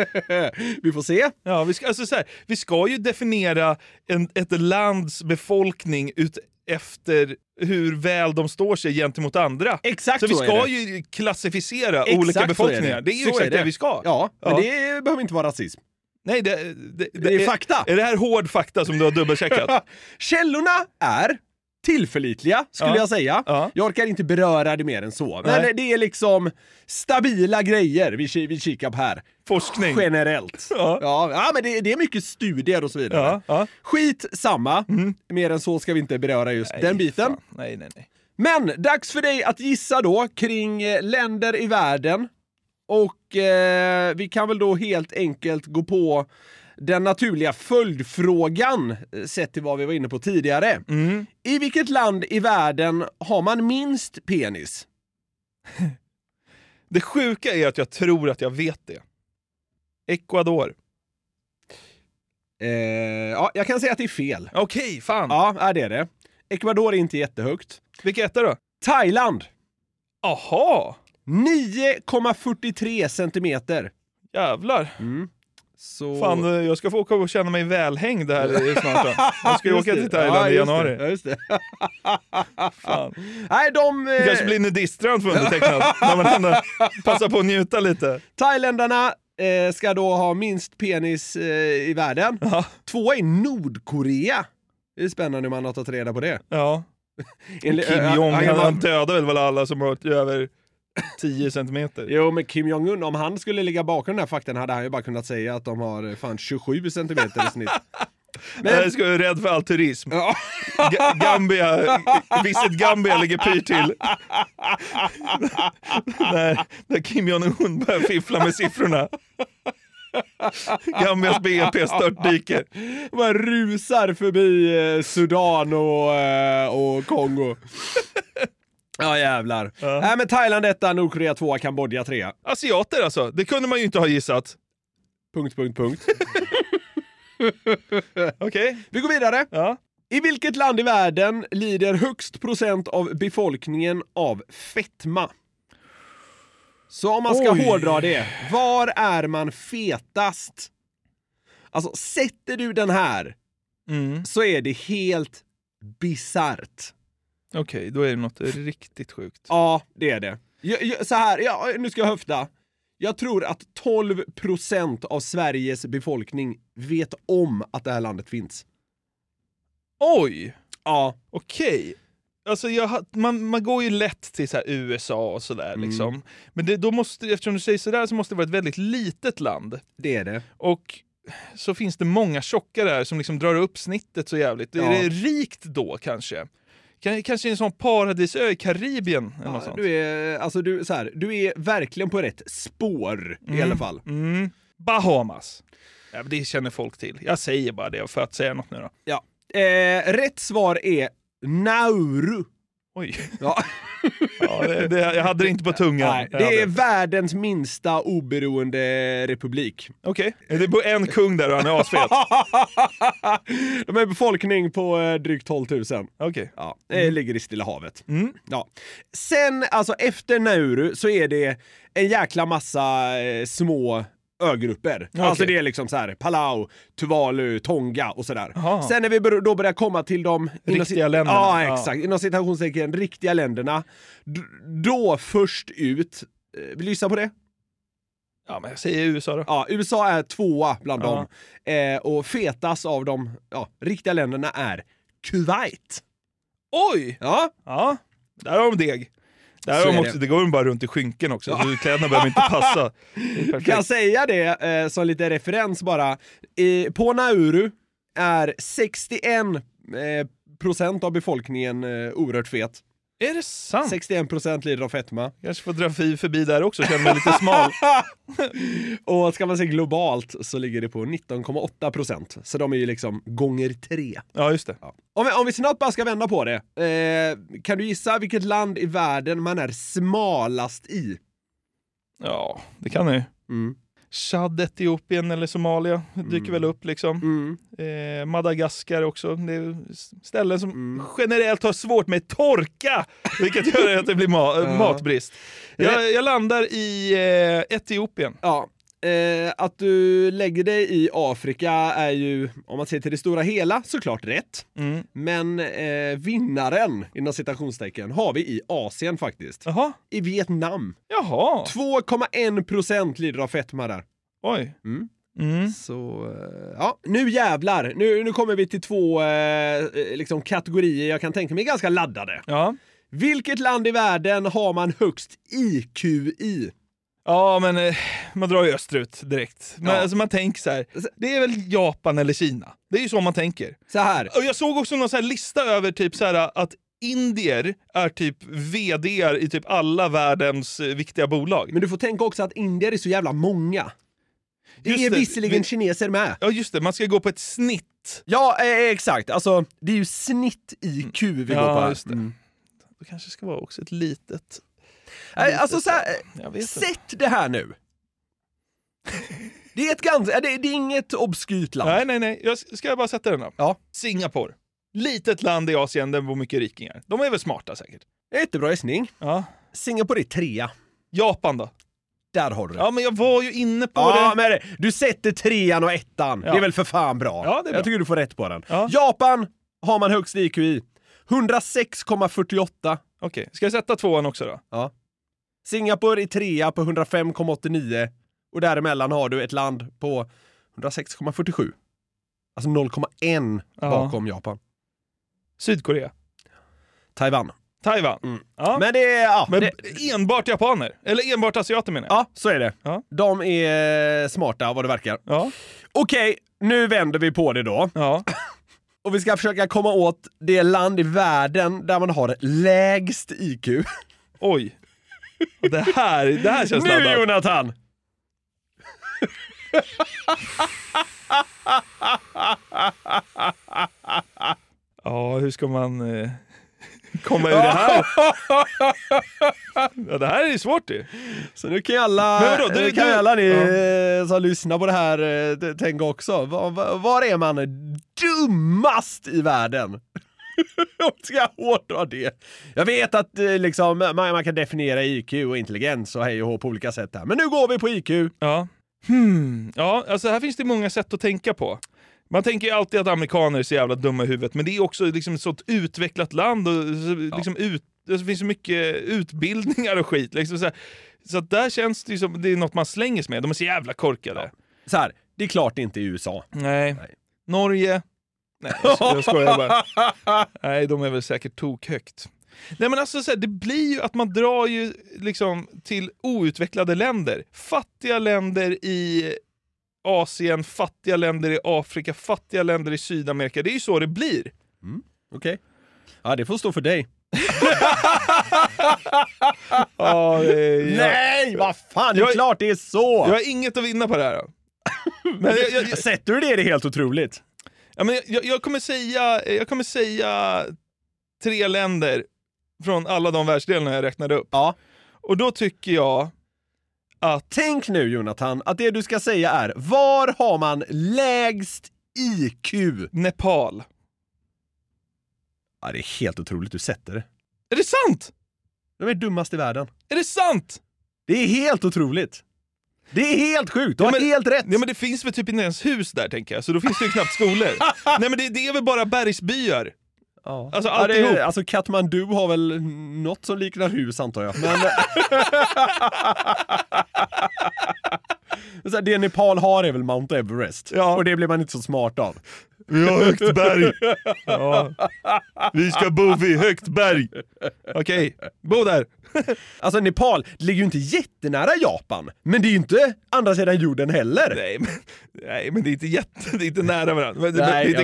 Speaker 4: vi får se.
Speaker 5: Ja, vi ska, alltså så här, vi ska ju definiera en, ett lands befolkning ut efter hur väl de står sig gentemot andra.
Speaker 4: Exakt
Speaker 5: så vi
Speaker 4: så är
Speaker 5: ska
Speaker 4: det.
Speaker 5: ju klassificera
Speaker 4: Exakt så
Speaker 5: olika
Speaker 4: är
Speaker 5: befolkningar. Det. är ju
Speaker 4: Så
Speaker 5: exakt det. vi ska.
Speaker 4: Ja, men det behöver inte vara rasism.
Speaker 5: Nej, det, det,
Speaker 4: Det är fakta.
Speaker 5: Är det här hård fakta som du har dubbelcheckat?
Speaker 4: Källorna är tillförlitliga, skulle
Speaker 5: Ja.
Speaker 4: jag säga. Jag orkar inte beröra det mer än så. Men
Speaker 5: Nej.
Speaker 4: det är liksom stabila grejer vi, ki- vi kikar på här.
Speaker 5: Forskning.
Speaker 4: Generellt. Ja. Ja, men det, det är mycket studier och så vidare. Skit samma.
Speaker 5: Mm.
Speaker 4: Mer än så ska vi inte beröra just den biten.
Speaker 5: nej, nej, nej.
Speaker 4: Men dags för dig att gissa då kring eh, länder i världen. Och eh, vi kan väl då helt enkelt gå på den naturliga följdfrågan eh, sett till vad vi var inne på tidigare.
Speaker 5: Mm.
Speaker 4: I vilket land i världen har man minst penis?
Speaker 5: Det sjuka är att jag tror att jag vet det. Ecuador.
Speaker 4: Eh, ja, jag kan säga att det är fel.
Speaker 5: Okej, fan.
Speaker 4: Ja, ja, det är det. Ecuador är inte jättehögt.
Speaker 5: Vilka etta då?
Speaker 4: Thailand.
Speaker 5: Aha.
Speaker 4: 9,43 centimeter.
Speaker 5: Jävlar.
Speaker 4: Så...
Speaker 5: Fan, eh, jag ska få åka och känna mig välhängd här i snart. då. Jag ska ju
Speaker 4: Just
Speaker 5: åka
Speaker 4: det.
Speaker 5: till Thailand
Speaker 4: Ja,
Speaker 5: i
Speaker 4: just det.
Speaker 5: januari.
Speaker 4: Ja, just det.
Speaker 5: Fan.
Speaker 4: Nej, de...
Speaker 5: Det
Speaker 4: eh,
Speaker 5: kanske blir nudiststrand för undertecknad. när man ändå passar på att njuta lite.
Speaker 4: Thailändarna eh, ska då ha minst penis eh, i världen. Tvåa är Nordkorea. Det är spännande hur man har tagit reda på det.
Speaker 5: Ja.
Speaker 4: Enligt-
Speaker 5: Kim
Speaker 4: eh,
Speaker 5: Jong,
Speaker 4: han- han-
Speaker 5: han, äh, han dödar väl väl alla som har varit över 10 centimeter.
Speaker 4: Jo, men Kim Jong-Un, om han skulle ligga bakom den här fakten hade han ju bara kunnat säga att de har eh, fan 27 centimeter i snitt.
Speaker 5: Men... Jag ska vara rädd för all turism. Ga- Gambia, visit Gambia ligger pyr till. när, när Kim Jong-Un börjar fiffla med siffrorna. Gambias BNP störtdyker.
Speaker 4: Man rusar förbi eh, Sudan och, eh, och Kongo. Ja jävlar. Nej men Thailand etta, Nordkorea tvåa, Kambodja trea.
Speaker 5: Asiater alltså, det kunde man ju inte ha gissat.
Speaker 4: Punkt, punkt, punkt.
Speaker 5: Okej.
Speaker 4: Vi går vidare. I vilket land i världen lider högst procent av befolkningen av fetma? Så om man ska
Speaker 5: Oj.
Speaker 4: hårdra det, var är man fetast? Alltså, sätter du den här
Speaker 5: Mm.
Speaker 4: så är det helt bisarrt.
Speaker 5: Okej, då är det något riktigt sjukt.
Speaker 4: Ja, det är det. Jag, jag, så här, ja, nu ska jag höfta. Jag tror att 12 procent av Sveriges befolkning vet om att det här landet finns.
Speaker 5: Oj!
Speaker 4: Ja.
Speaker 5: Okej. Alltså jag, ha- man, man går ju lätt till så här USA och sådär.
Speaker 4: Mm.
Speaker 5: Liksom. Men det, då måste, eftersom du säger sådär så måste det vara ett väldigt litet land.
Speaker 4: Det är det.
Speaker 5: Och så finns det många tjocka där som liksom drar upp snittet så jävligt.
Speaker 4: Ja.
Speaker 5: Är det rikt då kanske? Kan- Kanske en sån paradisö i Karibien eller något sånt?
Speaker 4: Du är, alltså du, så här, du är verkligen på rätt spår i alla fall.
Speaker 5: Mm. Bahamas. Ja, men det känner folk till. Jag säger bara det för att säga något nu då.
Speaker 4: Ja. Eh, rätt svar är Nauru.
Speaker 5: Oj.
Speaker 4: Ja.
Speaker 5: Ja, det, det, jag hade det inte på tungan.
Speaker 4: Nej,
Speaker 5: Jag hade
Speaker 4: det är världens minsta oberoende republik.
Speaker 5: Okej. Det bor en kung där och han är asfet.
Speaker 4: De har en befolkning på eh, drygt 12 000. Okej. Ja, det
Speaker 5: Mm.
Speaker 4: ligger i Stilla havet.
Speaker 5: Mm.
Speaker 4: Ja. Sen, alltså efter Nauru, så är det en jäkla massa eh, små ögrupper.
Speaker 5: Okej.
Speaker 4: Alltså det är liksom så här Palau, Tuvalu, Tonga och sådär.
Speaker 5: Aha.
Speaker 4: Sen när vi bör- då börjar komma till de... inom
Speaker 5: Riktiga
Speaker 4: cit-
Speaker 5: länderna.
Speaker 4: Ja,
Speaker 5: Ja.
Speaker 4: exakt. Inom citationstecken, riktiga länderna. D- då först ut, eh, vill du lyssna på det?
Speaker 5: Ja, men jag säger USA då.
Speaker 4: Ja, USA är tvåa bland
Speaker 5: Ja.
Speaker 4: dem. Eh, och fetas av de ja, riktiga länderna är Kuwait.
Speaker 5: Oj!
Speaker 4: Ja.
Speaker 5: ja, där har de deg. Där har
Speaker 4: Så
Speaker 5: de
Speaker 4: är
Speaker 5: också,
Speaker 4: det.
Speaker 5: det går de bara runt i skynken också, så kläderna behöver inte passa. Det är perfekt.
Speaker 4: Kan jag säga det eh, som lite referens bara. I, på Nauru är 61 eh, procent av befolkningen eh, oerhört fet.
Speaker 5: Är det sant?
Speaker 4: 61 procent lider av fetma.
Speaker 5: Kanske får dra fi- förbi där också, känner mig lite smal.
Speaker 4: Och ska man se globalt så ligger det på 19,8 procent. Så de är ju liksom gånger tre.
Speaker 5: Ja, just det.
Speaker 4: Om vi, om vi snabbt bara ska vända på det. Eh, kan du gissa vilket land i världen man är smalast i?
Speaker 5: Ja, det kan ni.
Speaker 4: Mm.
Speaker 5: Chad, Etiopien eller Somalia dyker väl upp liksom.
Speaker 4: Mm.
Speaker 5: Eh, Madagaskar också. Det är ställen som generellt har svårt med torka, vilket gör att det blir ma-
Speaker 4: Ja.
Speaker 5: matbrist. Jag, jag landar i eh, Etiopien.
Speaker 4: Ja. Eh, att du lägger dig i Afrika är ju, om man ser till det stora hela, såklart rätt.
Speaker 5: Mm.
Speaker 4: Men eh, vinnaren, inom citationstecken, har vi i Asien faktiskt. I Vietnam.
Speaker 5: Jaha.
Speaker 4: 2,1 procent lider av fetma där.
Speaker 5: Oj.
Speaker 4: Mm.
Speaker 5: Mm.
Speaker 4: Så, eh, ja, nu jävlar. Nu, nu kommer vi till två eh, eh, liksom kategorier jag kan tänka mig är ganska laddade.
Speaker 5: Ja.
Speaker 4: Vilket land i världen har man högst IQ i?
Speaker 5: Ja, men eh, man drar ju österut direkt. Man, alltså, man tänker så här, det är väl Japan eller Kina? Det är ju så man tänker.
Speaker 4: Så här.
Speaker 5: Och jag såg också någon så här lista över typ så här, att indier är typ vd i typ alla världens eh, viktiga bolag.
Speaker 4: Men du får tänka också att indier är så jävla många. Det
Speaker 5: Just
Speaker 4: är
Speaker 5: det,
Speaker 4: visserligen
Speaker 5: vi-
Speaker 4: kineser med.
Speaker 5: Ja, just det. Man ska gå på ett snitt.
Speaker 4: Ja, eh, exakt. Alltså, det är ju snitt-IQ vi går på
Speaker 5: Mm. Ja,
Speaker 4: här. Mm.
Speaker 5: just det. Då kanske det ska vara också ett litet...
Speaker 4: Nej, Alltså så här,
Speaker 5: Jag vet inte.
Speaker 4: sätt det här nu. Det är, ett ganska, det, det är inget obskyrt land.
Speaker 5: Nej, nej, nej. Jag s- ska jag bara sätta den då?
Speaker 4: Ja.
Speaker 5: Singapore. Litet land i Asien där bor mycket rikingar. De är väl smarta säkert?
Speaker 4: Jättebra gissning.
Speaker 5: Ja.
Speaker 4: Singapore är trea.
Speaker 5: Japan då?
Speaker 4: Där har du det.
Speaker 5: Ja, men jag var ju inne på
Speaker 4: Ja,
Speaker 5: det.
Speaker 4: men det- du sätter trean och ettan.
Speaker 5: Ja.
Speaker 4: Det är väl för fan bra.
Speaker 5: Ja, det är bra.
Speaker 4: Jag tycker du får rätt på den. Japan har man högst IQ i. 106,48.
Speaker 5: Okej, ska jag sätta tvåan också då?
Speaker 4: Ja. Singapore i trea på 105,89 och däremellan har du ett land på 106,47. Alltså 0,1
Speaker 5: Ja.
Speaker 4: bakom Japan.
Speaker 5: Sydkorea.
Speaker 4: Taiwan.
Speaker 5: Taiwan. Ja.
Speaker 4: Mm. Men det är... Ja,
Speaker 5: Men
Speaker 4: det,
Speaker 5: enbart japaner. Eller enbart asiater menar jag.
Speaker 4: ja, så är det. De är eh, smarta vad det verkar.
Speaker 5: Ja.
Speaker 4: Okej, nu vänder vi på det då.
Speaker 5: Ja.
Speaker 4: Och vi ska försöka komma åt det land i världen där man har lägst IQ.
Speaker 5: Oj. Det här, det här känns
Speaker 4: nu
Speaker 5: laddat.
Speaker 4: Jonathan!
Speaker 5: Ja, hur ska man eh, komma ur det här? Ja, det här är ju svårt ju.
Speaker 4: Så nu kan ju alla,
Speaker 5: Men vadå, du-
Speaker 4: nu kan ju
Speaker 5: du-
Speaker 4: alla ni eh, som lyssnar på det här eh, t- tänka också. Var, var, var är man dummast i världen? Om Ska jag hårdra det? Jag vet att eh, liksom, man, man kan definiera IQ och intelligens och hej och hå på olika sätt här. Men nu går vi på IQ.
Speaker 5: Ja. Hmm. Ja, alltså här finns det många sätt att tänka på. Man tänker ju alltid att amerikaner är så jävla dumma i huvudet, men det är också liksom ett sånt utvecklat land och så- liksom ut, det finns så mycket utbildningar och skit. Liksom så här. så att där känns det ju som det är något man slänger sig med. De är så jävla korkade.
Speaker 4: Så här, det är klart det inte är USA.
Speaker 5: Nej. Norge. Nej, jag, sko- jag skojar bara. Nej, de är väl säkert tokhögt. Nej men alltså så här, det blir ju att man drar ju liksom till outvecklade länder. Fattiga länder i Asien, fattiga länder i Afrika, fattiga länder i Sydamerika. Det är ju så det blir.
Speaker 4: Okej. Ja, det får stå för dig.
Speaker 5: Ja, eh, jag-
Speaker 4: Nej, vad fan! Det är
Speaker 5: Jag-
Speaker 4: klart det är så!
Speaker 5: Jag har inget att vinna på det här. då. Men jag, jag, jag,
Speaker 4: Sätter du det är det helt otroligt.
Speaker 5: ja, men jag, jag, kommer säga, jag kommer säga tre länder från alla de världsdelarna jag räknade upp.
Speaker 4: Ja.
Speaker 5: Och då tycker jag att...
Speaker 4: Tänk nu Jonathan, att det du ska säga är var har man lägst IQ?
Speaker 5: Nepal.
Speaker 4: Ja, det är helt otroligt du sätter det.
Speaker 5: Är det sant?
Speaker 4: De är dummast i världen.
Speaker 5: Är det sant?
Speaker 4: Det är helt otroligt. Det är helt sjukt, de har helt rätt.
Speaker 5: Nej men det finns väl typ inte ens hus där tänker jag, så då finns det ju knappt skolor. Nej men det, det är väl bara bergsbyar.
Speaker 4: Ja.
Speaker 5: Alltså
Speaker 4: Ja, det
Speaker 5: alltihop.
Speaker 4: är, alltså Katmandu har väl något som liknar hus antar jag. Men... Så här, det Nepal har är väl Mount Everest.
Speaker 5: Ja.
Speaker 4: Och det blir man inte så smart av.
Speaker 5: Vi har högt berg. Ja. Vi ska bo vid högt berg. Okej,
Speaker 4: bo där. Alltså Nepal ligger ju inte jättenära Japan, men det är ju inte andra sidan jorden heller.
Speaker 5: Nej, men, nej, men det är inte jätte, det är inte nära varandra. Men, det är inte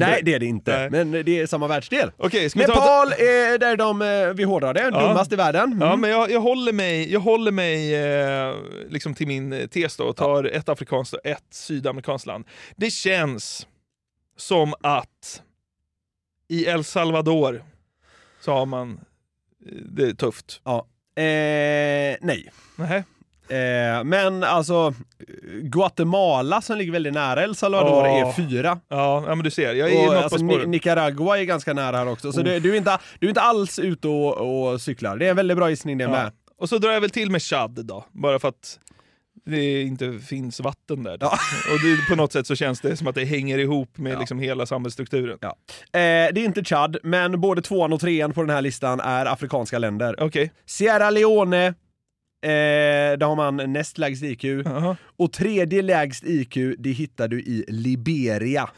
Speaker 4: Nej, det är det inte.
Speaker 5: Nej.
Speaker 4: Men det är samma världsdel.
Speaker 5: Okej, ska vi ta-
Speaker 4: Nepal är där de, eh, vi hårdrar det, dummast i världen. Mm.
Speaker 5: Ja, men jag, jag håller mig, jag håller mig eh, liksom till min eh, tes då och tar ett afrikanskt och ett sydamerikanskt land. Det känns som att i El Salvador så har man eh, det är tufft.
Speaker 4: Ja. Eh, nej.
Speaker 5: Nähä.
Speaker 4: Eh, men alltså, Guatemala som ligger väldigt nära El Salvador
Speaker 5: Ja.
Speaker 4: är fyra.
Speaker 5: Ja, ja, men du ser, jag är
Speaker 4: och,
Speaker 5: något
Speaker 4: alltså,
Speaker 5: på
Speaker 4: Ni-
Speaker 5: spåret.
Speaker 4: Nicaragua är ganska nära här också, så
Speaker 5: Oh.
Speaker 4: det, du, är inte, du är inte alls ute och, och cyklar. Det är en väldigt bra gissning det
Speaker 5: Ja.
Speaker 4: med.
Speaker 5: Och så drar jag väl till med Chad då, bara för att det inte finns vatten där. Och det, på något sätt så känns det som att det hänger ihop med liksom hela samhällsstrukturen.
Speaker 4: Eh, det är inte Chad, men både tvåan och trean på den här listan är afrikanska länder.
Speaker 5: Okej.
Speaker 4: Sierra Leone, eh, där har man näst lägst IQ. Och tredje lägst IQ, det hittar du i Liberia.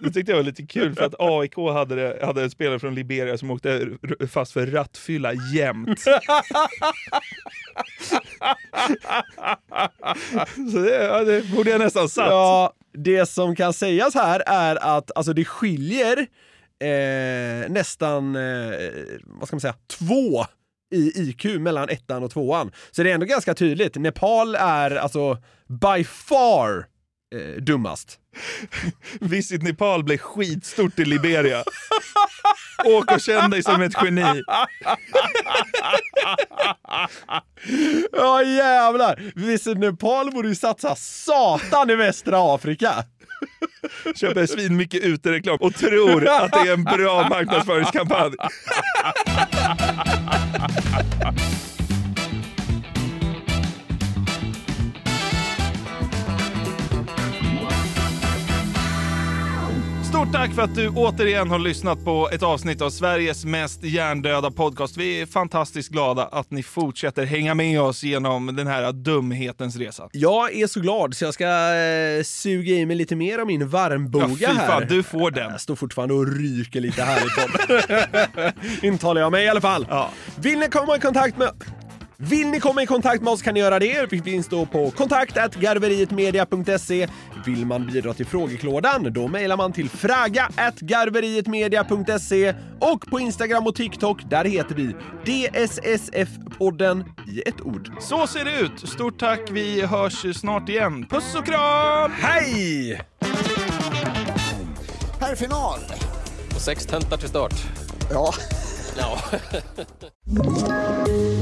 Speaker 5: Det tyckte jag var lite kul för att AIK hade, det, hade en spelare från Liberia som åkte r- fast för rattfylla jämt. Så det, ja, det borde jag nästan satt.
Speaker 4: Ja, det som kan sägas här är att alltså, det skiljer eh, nästan, eh, vad ska man säga, två i IQ mellan ettan och tvåan. Så det är ändå ganska tydligt. Nepal är alltså by far eh, dummast.
Speaker 5: Visit Nepal blev skitstort i Liberia. Åk och känn dig som ett geni.
Speaker 4: Ja jävlar! Visit Nepal borde ju satsa satan i västra Afrika.
Speaker 5: Köper svinmycket utereklam och tror att det är en bra marknadsföringskampanj. Stort tack för att du återigen har lyssnat på ett avsnitt av Sveriges mest hjärndöda podcast. Vi är fantastiskt glada att ni fortsätter hänga med oss genom den här dumhetens resa.
Speaker 4: Jag är så glad så jag ska eh, suga i mig lite mer av min
Speaker 5: Ja,
Speaker 4: varmboga
Speaker 5: fy
Speaker 4: här.
Speaker 5: fan, du får den.
Speaker 4: Jag står fortfarande och ryker lite här i podden. Intalar jag mig i alla fall. Vill ni komma i kontakt med vill ni komma i kontakt med oss kan ni göra det. Vi finns då på kontakt.garverietmedia.se. Vill man bidra till frågeklådan, då mejlar man till fraga.garverietmedia.se och på Instagram och TikTok, där heter vi DSSF-podden i ett ord.
Speaker 5: Så ser det ut. Stort tack. Vi hörs snart igen. Puss och kram!
Speaker 4: Hej!
Speaker 15: Per final.
Speaker 14: Och sex tentar till start.
Speaker 15: Ja.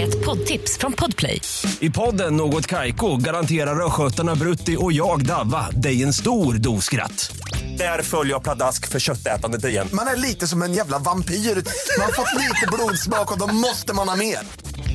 Speaker 17: Ett poddtips från Podplay.
Speaker 18: I podden Något Kaiko garanterar östgötarna Brutti och jag, Davva, dig en stor dos skratt. Där följer jag pladask för köttätandet igen.
Speaker 19: Man är lite som en jävla vampyr. Man har fått lite blodsmak och då måste man ha mer.